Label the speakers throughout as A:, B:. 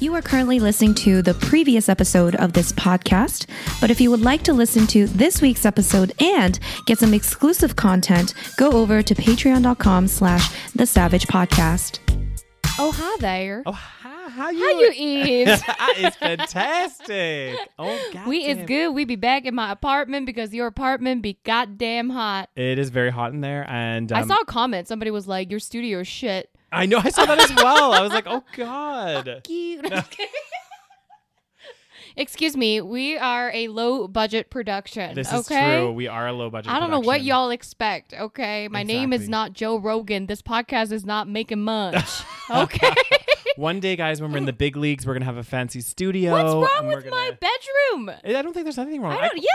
A: You are currently listening to the previous episode of this podcast, but if you would like to listen to this week's episode and get some exclusive content, go over to patreon.com slash the savage podcast. Oh hi there.
B: Oh, hi, how
A: How you is?
B: that is fantastic. Oh, God.
A: we is good. We be back in my apartment because your apartment be goddamn hot.
B: It is very hot in there, and
A: I
B: um,
A: saw a comment. Somebody was like, Your studio is shit.
B: I know I saw that as well. I was like, oh God.
A: cute. Excuse me, we are a low budget production.
B: This is
A: okay?
B: true. We are a low budget.
A: I don't know what
B: production.
A: y'all expect. Okay, my name is
B: Exactly.
A: not Joe Rogan. This podcast is not making much. Okay,
B: One day, guys, when we're in the big leagues, we're gonna have a fancy studio.
A: what's wrong
B: and we're
A: with my
B: gonna-
A: bedroom? I
B: I don't think there's anything wrong.
A: don't.
B: I-
A: yeah, you know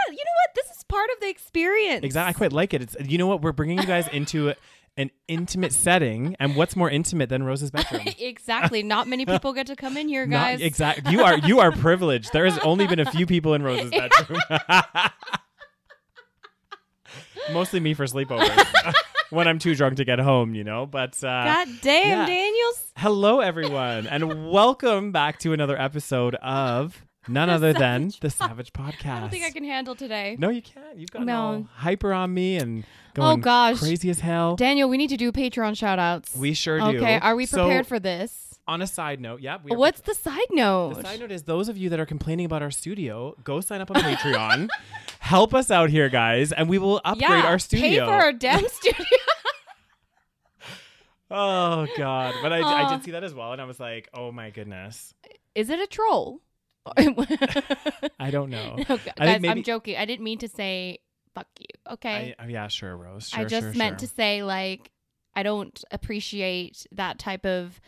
A: what? This is part of the experience.
B: Exactly. I quite like it. It's you know what? We're bringing you guys into an intimate setting, and what's more intimate than Rose's bedroom?
A: Exactly. Not many people get to come in here, guys.
B: exactly. You are you are privileged. There has only been a few people in Rose's bedroom. Mostly me for sleepovers. when I'm too drunk to get home, you know. But uh,
A: God damn,
B: Yeah.
A: Daniels.
B: hello, everyone, and welcome back to another episode of none other than the Savage Podcast.
A: I don't think I can handle today.
B: No, you can't. You've gotten
A: No. Oh,
B: all hyper on me and going
A: gosh.
B: crazy as hell.
A: Daniel, we need to do Patreon shout outs.
B: We sure do.
A: Okay, are we
B: So,
A: prepared for this?
B: On a side note, yeah. We are-
A: What's the side note?
B: the side note is those of you that are complaining about our studio, go sign up on Patreon. Help us out here, guys, and we will upgrade
A: yeah,
B: our studio.
A: Pay for our damn studio.
B: oh God! But I, I
A: Aw.
B: did see that as well, and I was like, oh my goodness,
A: is it a troll?
B: Oh, I don't know. I
A: No, gu- guys,
B: think maybe-
A: I'm joking. I didn't mean to say fuck you.
B: I,
A: Okay,
B: oh, yeah, sure, Rose.
A: I,
B: Sure,
A: just
B: sure,
A: meant
B: sure.
A: to say like I don't appreciate that type of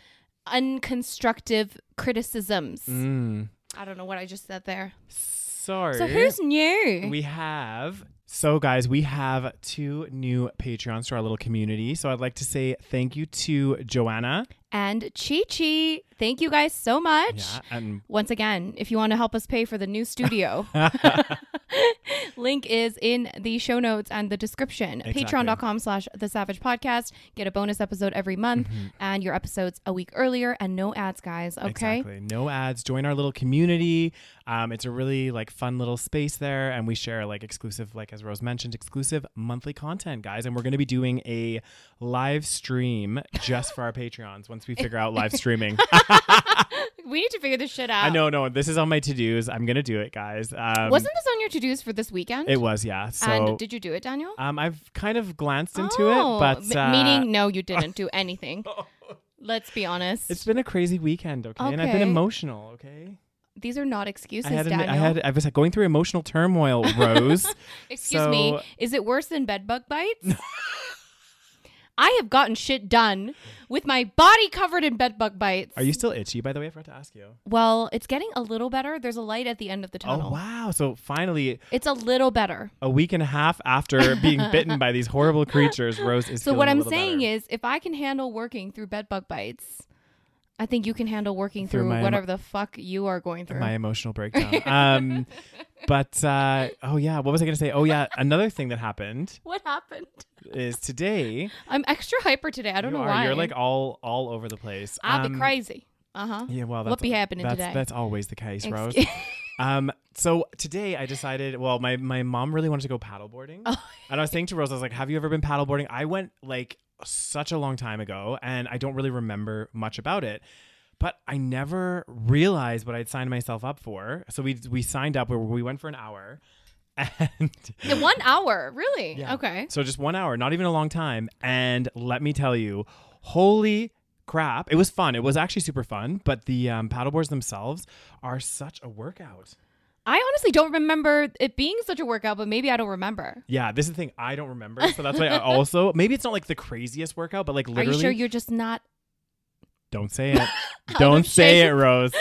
A: unconstructive criticisms.
B: Mm.
A: I don't know what I just said there.
B: Sorry.
A: So who's new?
B: We have. So, guys, we have two new Patreons to our little community. So, I'd like to say thank you to Joanna.
A: and Chi Chi. Thank you guys so much.
B: Yeah. And
A: Once again, if you want to help us pay for the new studio, link is in the show notes and the description.
B: Exactly.
A: Patreon.com slash The Savage Podcast. Get a bonus episode every month
B: Mm-hmm.
A: and your episodes a week earlier and no ads, guys. Okay?
B: Exactly. No ads. Join our little community. Um, it's a really like fun little space there, and we share like exclusive, like as Rose mentioned, exclusive monthly content, guys. And we're going to be doing a live stream just for our Patreons once we figure out live streaming.
A: We need to figure this shit out.
B: I know, no, this is on my to dos. I'm going to do it, guys. Um,
A: Wasn't this on your to dos for this weekend?
B: it was, yeah. So
A: and did you do it, Daniel?
B: um, I've kind of glanced into
A: Oh,
B: it, but
A: m-
B: uh,
A: meaning, no, you didn't do anything. Let's be honest.
B: it's been a crazy weekend, okay? And I've been
A: Okay.
B: emotional, okay?
A: These are not excuses,
B: I had, an,
A: Daniel.
B: I had, I was like, going through emotional turmoil, Rose.
A: Excuse
B: So-
A: me, is it worse than bed bug bites? I have gotten shit done with my body covered in bed bug bites.
B: Are you still itchy, by the way? I forgot to ask you.
A: Well, it's getting a little better. There's a light at the end of the tunnel.
B: Oh, wow. So finally,
A: It's a little better.
B: a week and a half after being bitten by these horrible creatures, Rose is
A: So what I'm saying is, if I can handle working through bed bug bites, I think you can handle working
B: Through
A: through,
B: my emo-
A: whatever the fuck you are going through.
B: my emotional breakdown. um, but uh, oh, yeah. What was I going to say? Oh, yeah. Another thing that happened
A: what happened?
B: is today.
A: I'm extra hyper today. I don't
B: you
A: know
B: are,
A: why.
B: You're like all all over the place.
A: I'll be
B: Um,
A: crazy. Uh huh.
B: Yeah, well,
A: What
B: that's,
A: be happening
B: that's,
A: today?
B: That's always the case, Rose.
A: Excuse-
B: um, so today I decided. Well, my my mom really wanted to go paddleboarding, and I was saying to Rose, I was like, "Have you ever been paddleboarding?" I went like such a long time ago, and I don't really remember much about it. But I never realized what I'd signed myself up for. So we we signed up. We, we went for an hour, and
A: In one hour, really?
B: Yeah.
A: Okay.
B: so just one hour, not even a long time. And let me tell you, holy crap, it was fun. It was actually super fun. But the um, paddleboards themselves are such a workout.
A: I honestly don't remember it being such a workout, but maybe I don't remember.
B: Yeah, this is the thing I don't remember. So that's why I also maybe it's not like the craziest workout, but like literally,
A: Are you sure you're just not?
B: don't say it. don't say
A: shame.
B: it, Rose.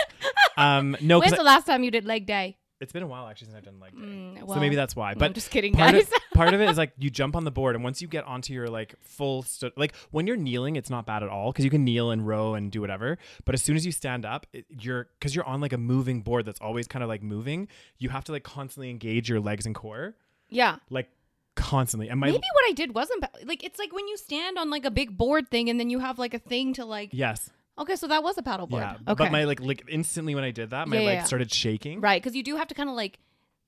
B: Um, no,
A: When's
B: because
A: the last time you did leg day?
B: it's been a while actually since I've done like.
A: Mm,
B: so
A: well,
B: maybe that's why.
A: I'm
B: But
A: just kidding,
B: part
A: guys.
B: of- part of it is like you jump on the board, and once you get onto your like full, st- like when you're kneeling, it's not bad at all because you can kneel and row and do whatever. But as soon as you stand up, it, you're because you're on like a moving board that's always kind of like moving. You have to like constantly engage your legs and core,
A: Yeah.
B: like constantly. And my
A: Maybe what I did wasn't pa- like it's like when you stand on like a big board thing and then you have like a thing to like.
B: yes,
A: Okay, so that was a paddle board.
B: yeah.
A: okay.
B: But my like like instantly when I did that, my
A: Yeah, yeah,
B: legs
A: yeah.
B: started shaking.
A: right, because you do have to kind of like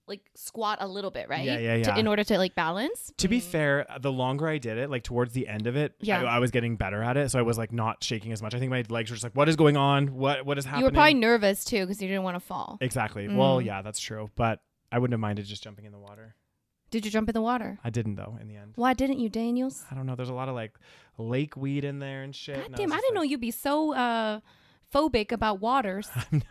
A: like squat a little bit, right?
B: Yeah, yeah,
A: To,
B: yeah.
A: in order to like balance.
B: To be fair, the longer I did it, like towards the end of it,
A: Mm. Yeah.
B: I, I was getting better at it. So I was like not shaking as much. I think my legs were just like, what is going on? What what is happening?
A: You were probably Mm. nervous too because you didn't want to fall.
B: exactly. Well, yeah, that's true. But I wouldn't have minded just jumping in the water.
A: Did you jump in the water?
B: I didn't though. In the end,
A: Why didn't you, Daniels?
B: I don't know. There's a lot of like lake weed in there and shit.
A: God
B: and
A: damn, I
B: was
A: didn't know
B: just
A: you'd be so uh, phobic about waters.
B: like-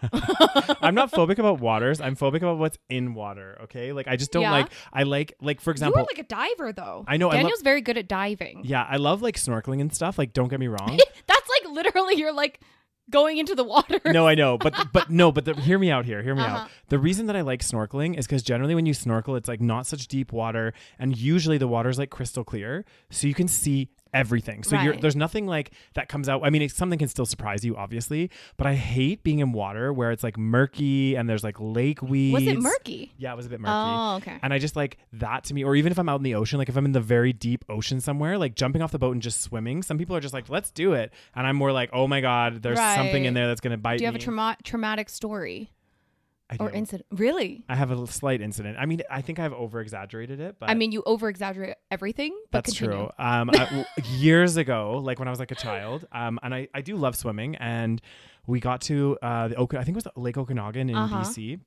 B: I'm not phobic about waters. I'm phobic about what's in water. Okay, like I just don't
A: Yeah.
B: like. I like like for
A: you
B: example.
A: were like a diver though.
B: I know, I love-
A: Daniel's very good at diving.
B: yeah, I love like snorkeling and stuff. Like, don't get me wrong.
A: That's like literally you're like going into the water.
B: no, I know, but but no, but the, hear me out here. Hear me
A: Uh-huh.
B: out. The reason that I like snorkeling is because generally when you snorkel, it's like not such deep water, and usually the water's like crystal clear, so you can see everything. So you're,
A: Right.
B: there's nothing like that comes out. I mean, it's, something can still surprise you, obviously, but I hate being in water where it's like murky and there's like lake weeds.
A: Was it murky?
B: Yeah, it was a bit murky.
A: Oh, okay.
B: And I just like that to me, or even if I'm out in the ocean, like if I'm in the very deep ocean somewhere, like jumping off the boat and just swimming. Some people are just like, "Let's do it," and I'm more like, "Oh my god, there's something in
A: Right.
B: there that's gonna bite
A: Do you have a
B: me."
A: trauma- traumatic story
B: I
A: or
B: do.
A: incident? Really?
B: I have a l- slight incident. I mean, I think I've over exaggerated it, but
A: I mean, you over exaggerate everything. But
B: Uh, that's
A: continue.
B: true. Um, I- w- years ago, like when I was like a child, um, and I, I do love swimming, and we got to uh, the Oka- I think it was Lake Okanagan in
A: Uh-huh.
B: BC.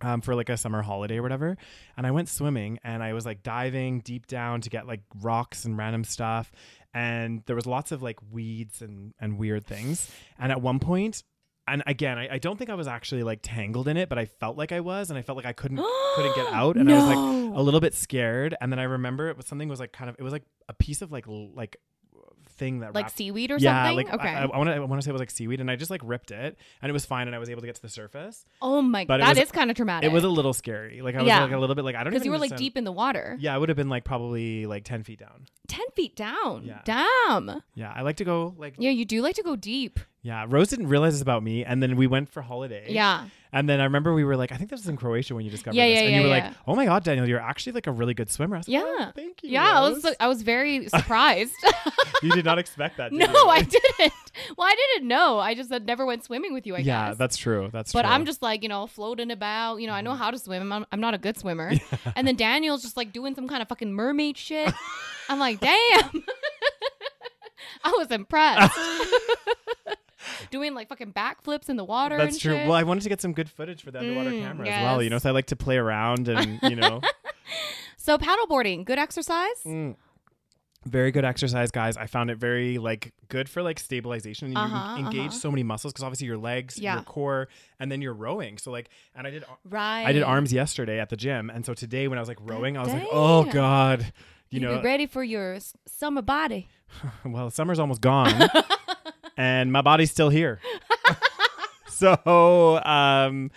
B: Um, for like a summer holiday or whatever. And I went swimming and I was like diving deep down to get like rocks and random stuff. And there was lots of like weeds and, and weird things. And at one point, and again, I, I don't think I was actually like tangled in it, but I felt like I was and I felt like I couldn't couldn't get out. And I was like,
A: No.
B: a little bit scared and then i remember it was something was like kind of it was like a piece of like l- like thing that
A: like
B: wrapped-
A: seaweed or
B: yeah
A: something.
B: like
A: okay.
B: i, I want to I wanna say it was like seaweed and i just like ripped it and it was fine and i was able to get to the surface
A: oh my!
B: but
A: god,
B: it
A: that
B: was-
A: is kind of traumatic.
B: it was a little scary like i was
A: Yeah.
B: like a little bit like i don't
A: because
B: even
A: you were like
B: understand-
A: deep in the water,
B: yeah i would have been like probably like 10 feet down
A: ten feet down.
B: Yeah.
A: Damn.
B: yeah i like to go like
A: Yeah, you do like to go deep.
B: yeah rose didn't realize this about me and then we went for holiday
A: Yeah.
B: and then i remember we were like i think this was in croatia when you discovered
A: Yeah,
B: this
A: yeah,
B: and you
A: yeah,
B: were
A: yeah.
B: like oh my god daniel you're actually like a really good swimmer I was like,
A: Yeah.
B: "Oh, thank you
A: yeah, I was
B: Rose."
A: like- I was very surprised.
B: you did not expect that did
A: no,
B: you?
A: I didn't. Well, I didn't know. I just had never went swimming with you. I
B: yeah,
A: guess.
B: that's true. That's
A: But
B: true.
A: I'm just like you know floating about. You know, I know
B: Mm-hmm.
A: how to swim. I'm, I'm not a good swimmer. And then Daniel's just like doing some kind of fucking mermaid shit. I'm like, damn. I was impressed. doing like fucking backflips in the water.
B: that's
A: and
B: true.
A: shit.
B: Well, I wanted to get some good footage for the underwater
A: Mm,
B: camera as well. You know,
A: yes.
B: so I like to play around and you know,
A: so paddleboarding, good exercise.
B: Mm. very good exercise, guys. I found it very like good for like stabilization. And you
A: Uh-huh,
B: engage
A: uh-huh.
B: so many muscles because obviously your legs,
A: Yeah.
B: your core, and then you're rowing. So like, and I did
A: Right.
B: I did arms yesterday at the gym, and so today when I was like rowing, I was like,
A: Damn.
B: oh god, you
A: You
B: know,
A: be ready for your s- summer body.
B: well, summer's almost gone, and my body's still here. so, um,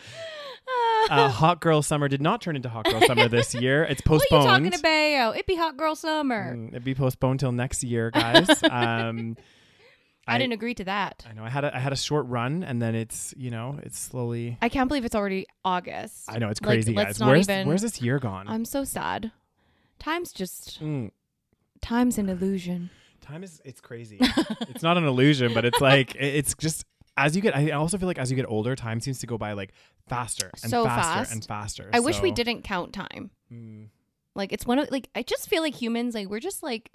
B: uh, hot girl summer did not turn into hot girl summer this year. It's
A: What are you
B: postponed.
A: talking about? It be hot girl summer.
B: Mm, It'd be postponed till next year, guys. um,
A: I,
B: I-
A: didn't agree to that.
B: I know I had a, I had a short run, and then it's you know it's slowly.
A: I can't believe it's already August.
B: I know it's
A: Like,
B: crazy, guys.
A: let's not
B: Where's
A: even-
B: where's this year gone?
A: I'm so sad. Time's just
B: Mm,
A: time's an illusion.
B: time is it's crazy. it's not an illusion, but it's like it- it's just as you get. I also feel like as you get older, time seems to go by like faster and
A: So
B: faster
A: fast.
B: and faster.
A: I wish we
B: so-
A: didn't count time.
B: Mm,
A: Like it's one of like I just feel like humans like we're just like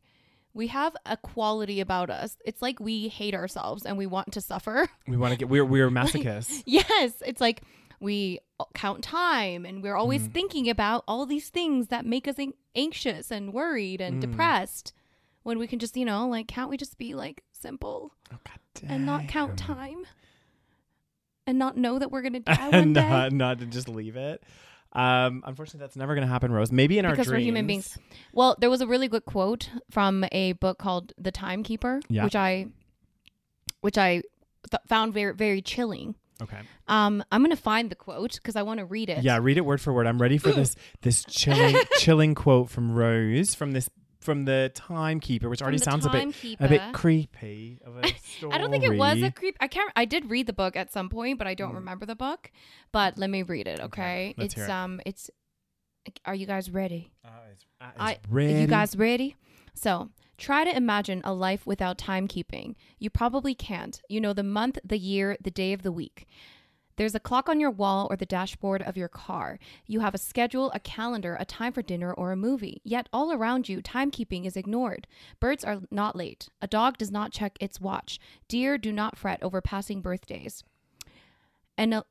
A: we have a quality about us. It's like we hate ourselves and we want to suffer.
B: we want to get we're we're masochists.
A: yes, it's like we count time and we're always
B: Mm.
A: thinking about all these things that make us an- anxious and worried
B: Mm.
A: and depressed when we can just, you know, like can't we just be like simple
B: Oh, God
A: and not count
B: damn.
A: time and not know that we're going to die one
B: and
A: day?
B: not, not to just leave it. Um, unfortunately, that's never going to happen, Rose. Maybe in our
A: because we're human
B: dreams.
A: beings. Well, there was a really good quote from a book called The Timekeeper,
B: Yeah.
A: which I, which I th- found very very chilling.
B: Okay.
A: Um, I'm gonna find the quote because I want to read it.
B: Yeah, read it word for word. I'm ready for this this chilling chilling quote from Rose from this from the timekeeper, which already
A: the
B: sounds a bit a bit
A: timekeeper.
B: creepy of a story.
A: I don't think it was a creep. I can't. I did read the book at some point, but I don't remember the book. But let me read it, okay?
B: Mm. let's
A: it's
B: hear it.
A: um, it's. Are you guys ready?
B: Uh, it's, uh, it's
A: I,
B: really
A: You guys ready? So try to imagine a life without timekeeping. You probably can't. You know the month, the year, the day of the week. There's a clock on your wall or the dashboard of your car. You have a schedule, a calendar, a time for dinner, or a movie. Yet all around you, timekeeping is ignored. Birds are not late. A dog does not check its watch. Deer do not fret over passing birthdays. And a-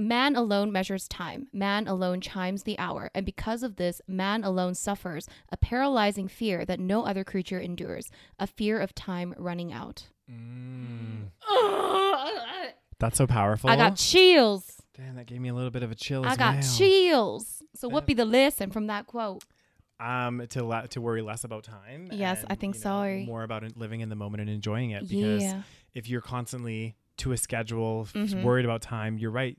A: Man alone measures time. Man alone chimes the hour. And because of this, man alone suffers a paralyzing fear that no other creature endures a fear of time running out.
B: That's so powerful.
A: I got chills.
B: Damn, that gave me a little bit of a chill.
A: I
B: as
A: got
B: well.
A: chills. So, what be the lesson from that quote?
B: Um, to la- to worry less about time.
A: Yes, I think
B: you
A: so.
B: More about it- living in the moment and enjoying it. Because
A: Yeah. Mm-hmm.
B: if you're constantly to a schedule, f- worried about time, you're right.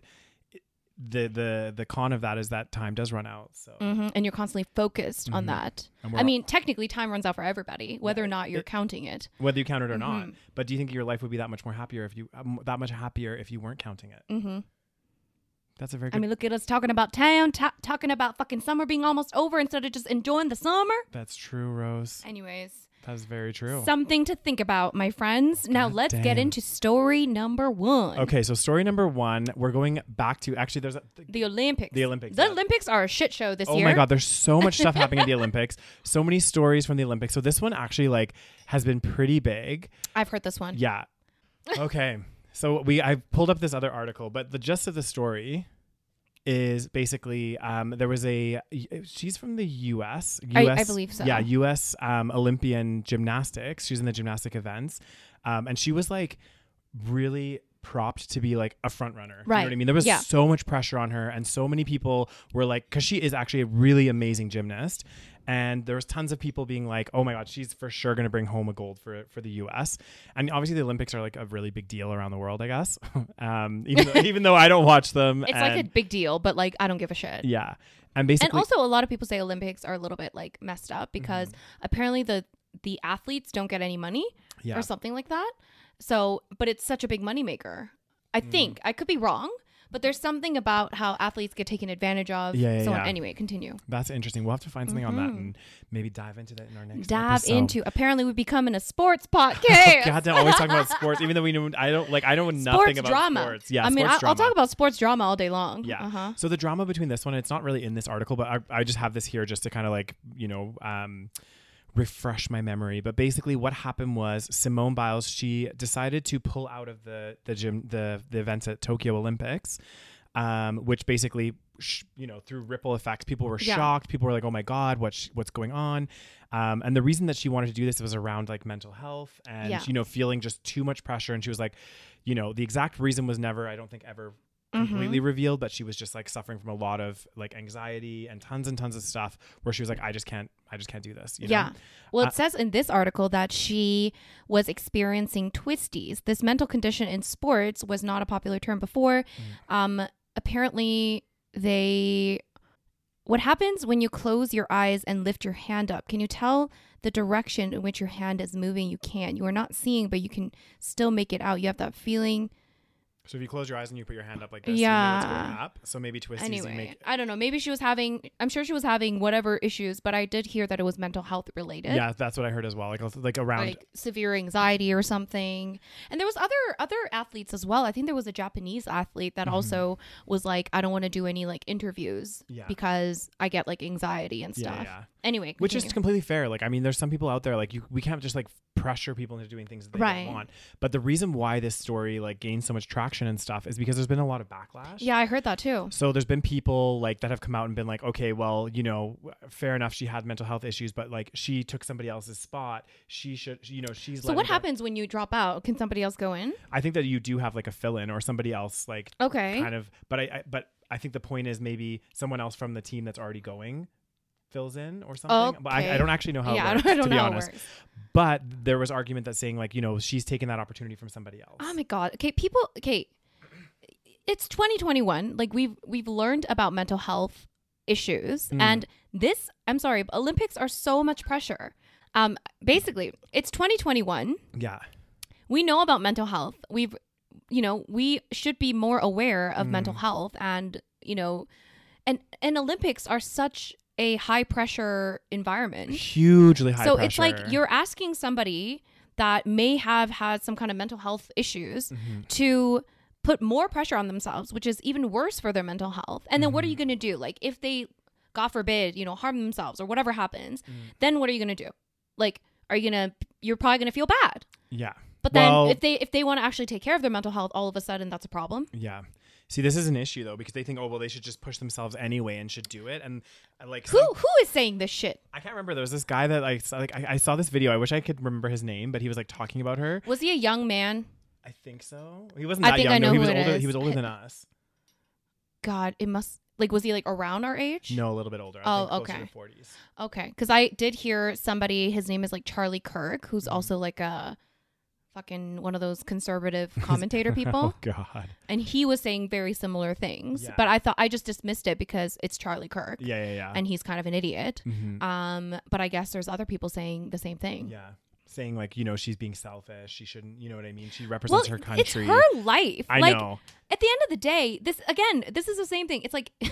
B: It- The the the con of that is that time does run out. So
A: Mhm. And you're constantly focused
B: Mm-hmm.
A: on that.
B: And we're
A: I mean, technically, time runs out for everybody, whether or not you're counting it.
B: whether you count it or not,
A: mm-hmm.
B: but do you think your life would be that much more happier if you um, that much happier if you weren't counting it?
A: hmm
B: That's a very good.
A: I mean, look at us talking about town, ta- talking about fucking summer being almost over instead of just enjoying the summer.
B: that's true, Rose.
A: Anyways.
B: That's very true.
A: Something to think about, my friends. Now
B: God
A: let's
B: damn.
A: get into story number one.
B: Okay, so story number one, we're going back to actually. There's a,
A: The Olympics.
B: The Olympics,
A: The
B: yeah.
A: Olympics are a shit show this
B: Oh
A: year.
B: my god, there's so much stuff happening at the Olympics. So many stories from the Olympics. So this one actually like has been pretty big.
A: I've heard this one.
B: Yeah. Okay. so we I pulled up this other article, but the gist of the story is basically um, there was a she's from the U.S.
A: I- I
B: US
A: believe so.
B: Yeah, U.S. Um, Olympian gymnastics. She's in the gymnastic events, um, and she was like really propped to be like a front runner. You know what I
A: Right.
B: mean? There was
A: Yeah.
B: so much pressure on her, and so many people were like, because she is actually a really amazing gymnast. And there was tons of people being like, "Oh my God, she's for sure going to bring home a gold for for the U.S." And obviously, the Olympics are like a really big deal around the world, I guess. um, even though, even though I don't watch them,
A: It's like a
B: and-
A: big deal, but like I don't give a shit.
B: yeah, and
A: and
B: basically,
A: also a lot of people say Olympics are a little bit like messed up because apparently the the athletes don't get any money
B: Mm-hmm. yeah,
A: or something like that. So, but it's such a big moneymaker. I
B: Mm.
A: think I could be wrong, but there's something about how athletes get taken advantage of.
B: Yeah, yeah,
A: so on.
B: yeah.
A: anyway, continue.
B: that's interesting. We'll have to find something on that and maybe dive into that in our next
A: Mm-hmm. Dive
B: episode.
A: into apparently we becoming a sports podcast.
B: Goddamn, always talking about sports, even though we know I don't like I know nothing about sports. Yeah,
A: I mean,
B: sports
A: I,
B: drama.
A: I'll talk about sports drama all day long.
B: Yeah.
A: Uh-huh.
B: So the drama between this one, it's not really in this article, but I, I just have this here just to kind of like, you know, um, refresh my memory. But basically what happened was Simone Biles, she decided to pull out of the, the gym, the, the events at Tokyo Olympics, um, which basically, sh- you know, through ripple effects, people were
A: Yeah.
B: shocked. People were like, oh my God, what's, what's going on? Um, and the reason that she wanted to do this was around like mental health and,
A: Yeah.
B: you know, feeling just too much pressure. And she was like, you know, the exact reason was never, I don't think ever completely
A: Mm-hmm.
B: revealed, but she was just like suffering from a lot of like anxiety and tons and tons of stuff where she was like, I just can't, I just can't do this. You know?
A: Yeah. Well, it says in this article that she was experiencing twisties. This mental condition in sports was not a popular term before.
B: Mm.
A: Um, apparently, they. What happens when you close your eyes and lift your hand up? Can you tell the direction in which your hand is moving? You can. You are not seeing, but you can still make it out. You have that feeling.
B: So if you close your eyes and you put your hand up like this, you know it's going
A: Yeah.
B: up. So maybe twisties you
A: Anyway,
B: make.
A: I don't know. Maybe she was having. I'm sure she was having whatever issues, but I did hear that it was mental health related.
B: Yeah, that's what I heard as well. Like, like around.
A: like severe anxiety or something. And there was other other athletes as well. I think there was a Japanese athlete
B: Mm-hmm.
A: that also was like, I don't want to do any like interviews
B: Yeah.
A: because I get like anxiety and
B: Yeah,
A: stuff.
B: yeah.
A: Anyway,
B: which is
A: continue.
B: completely fair. Like, I mean, there's some people out there like you. We can't just like pressure people into doing things that they
A: Right.
B: don't want. But the reason why this story like gained so much traction and stuff is because there's been a lot of backlash.
A: yeah, I heard that too.
B: So there's been people like that have come out and been like, okay, well, you know, fair enough, she had mental health issues, but like she took somebody else's spot. She should, you know, she's.
A: So
B: letting
A: what
B: go.
A: happens when you drop out? Can somebody else go in?
B: I think that you do have like a fill in or somebody else like
A: Okay.
B: kind of, but I, I but I think the point is maybe someone else from the team that's already going fills in or something. But I, I
A: Okay.
B: don't actually know how. it
A: yeah, I
B: works,
A: don't, I don't
B: to
A: know
B: be
A: how
B: honest.
A: it works.
B: But there was argument that saying like you know she's taking that opportunity from somebody else.
A: Oh my god. Okay, people. Okay, it's 2021. Like we've we've learned about mental health issues,
B: Mm.
A: and this I'm sorry, but Olympics are so much pressure. Um, basically, it's 2021.
B: Yeah.
A: We know about mental health. We've, you know, we should be more aware
B: Mm.
A: of mental health, and you know, and and Olympics are such a high pressure environment
B: Hugely high
A: so
B: pressure.
A: it's like you're asking somebody that may have had some kind of mental health issues
B: Mm-hmm.
A: to put more pressure on themselves which is even worse for their mental health and then what are
B: Mm-hmm.
A: you going to do like if they god forbid you know harm themselves or whatever happens
B: Mm.
A: then what are you going to do like are you going to you're probably going to feel bad
B: Yeah.
A: but then
B: Well-
A: if they if they want to actually take care of their mental health all of a sudden that's a problem
B: Yeah. See, this is an issue though because they think, oh well, they should just push themselves anyway and should do it. And uh, like,
A: who
B: some-
A: who is saying this shit
B: I can't remember. There was this guy that like, saw, like I, I saw this video. I wish I could remember his name, but he was like talking about her.
A: was he a young man
B: I think so. He wasn't
A: I
B: that
A: think
B: young.
A: I
B: though.
A: know
B: he
A: who
B: was
A: it
B: older.
A: is.
B: He was older than us.
A: god it must like was he like around our age
B: No, a little bit older. I
A: Oh,
B: think
A: okay.
B: closer to forties.
A: Okay, because I did hear somebody. His name is like Charlie Kirk, who's
B: Mm-hmm.
A: also like a fucking one of those conservative commentator
B: Oh
A: people,
B: God.
A: and he was saying very similar things.
B: Yeah.
A: But I thought I just dismissed it because it's Charlie Kirk,
B: Yeah, yeah, yeah.
A: and he's kind of an idiot.
B: Mhm.
A: Um, but I guess there's other people saying the same thing.
B: yeah, saying like you know she's being selfish. She shouldn't. You know what I mean? She
A: Well,
B: represents her
A: it's
B: country.
A: her life.
B: I
A: like
B: know.
A: at the end of the day, this again, this is the same thing. It's like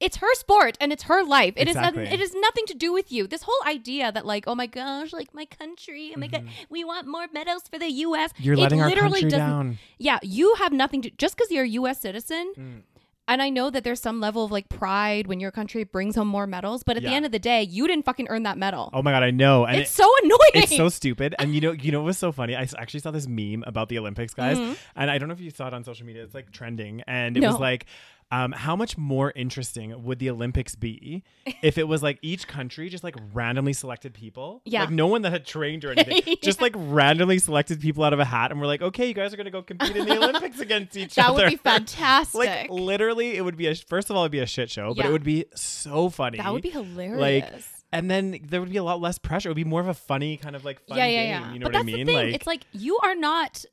A: it's her sport and it's her life. It is
B: Exactly.
A: it is nothing to do with you. This whole idea that like, oh my gosh, like my country, oh my god, we want more medals for the U.S.
B: Mm-hmm. You're
A: it
B: letting our
A: literally
B: country
A: doesn't-
B: down.
A: Yeah, you have nothing to just because you're a U.S. citizen.
B: Mm.
A: And I know that there's some level of like pride when your country brings home more medals, but at the
B: Yeah.
A: end of the day, you didn't fucking earn that medal.
B: Oh my God, I know. And
A: it's so annoying.
B: It's so stupid. And you know, you know what was so funny? I s- actually saw this meme about the Olympics, guys. And I don't know if you saw it on social media. It's like trending, and it
A: Mm-hmm. No.
B: was like. Um, how much more interesting would the Olympics be if it was like each country just like randomly selected people?
A: Yeah.
B: Like no one that had trained or anything. Just like randomly selected people out of a hat and we're like, okay, you guys are going to go compete in the Olympics against each
A: that
B: other.
A: would be fantastic.
B: like literally, it would be a, first of all, it'd be a shit show, but
A: Yeah.
B: it would be so funny.
A: that would be
B: Like,
A: hilarious.
B: and then there would be a lot less pressure. It would be more of a funny kind of like fun game. You know
A: but
B: what I
A: that's
B: mean?
A: The thing. it's like you are not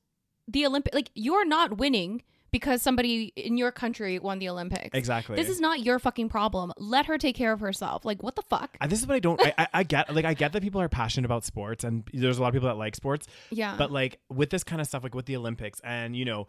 A: the Olympic. Like you are not winning because somebody in your country won the Olympics.
B: exactly.
A: This is not your fucking problem. Let her take care of herself. Like what the fuck?
B: And this is what I don't. I, I, I get like I get that people are passionate about sports, and there's a lot of people that like sports.
A: Yeah.
B: But like with this kind of stuff, like with the Olympics, and you know,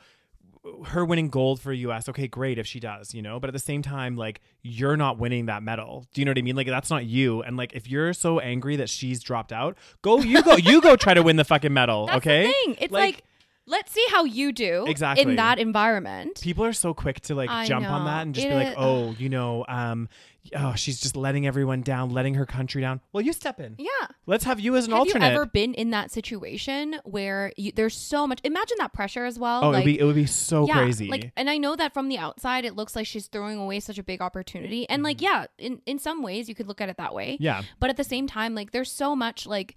B: her winning gold for U.S. Okay, great if she does, you know. But at the same time, like you're not winning that medal. Do you know what I mean? Like that's not you. And like if you're so angry that she's dropped out, go you go you go try to win the fucking medal.
A: That's
B: okay.
A: the thing. It's like, let's see how you do in
B: Exactly.
A: that environment.
B: people are so quick to like
A: I
B: jump on
A: know.
B: that and just
A: It
B: be like,
A: is-
B: oh, you know, um, oh, she's just letting everyone down, letting her country down. Well, you step in.
A: yeah.
B: Let's have you as an
A: Have
B: alternate.
A: you ever been in that situation where you, there's so much? Imagine that pressure as well.
B: oh, it would
A: like,
B: be it would be so crazy.
A: Like, and I know that from the outside, it looks like she's throwing away such a big opportunity. And like, yeah, in in some ways, you could look at it that way.
B: Mm-hmm. yeah,
A: But at the same time, like, there's so much like.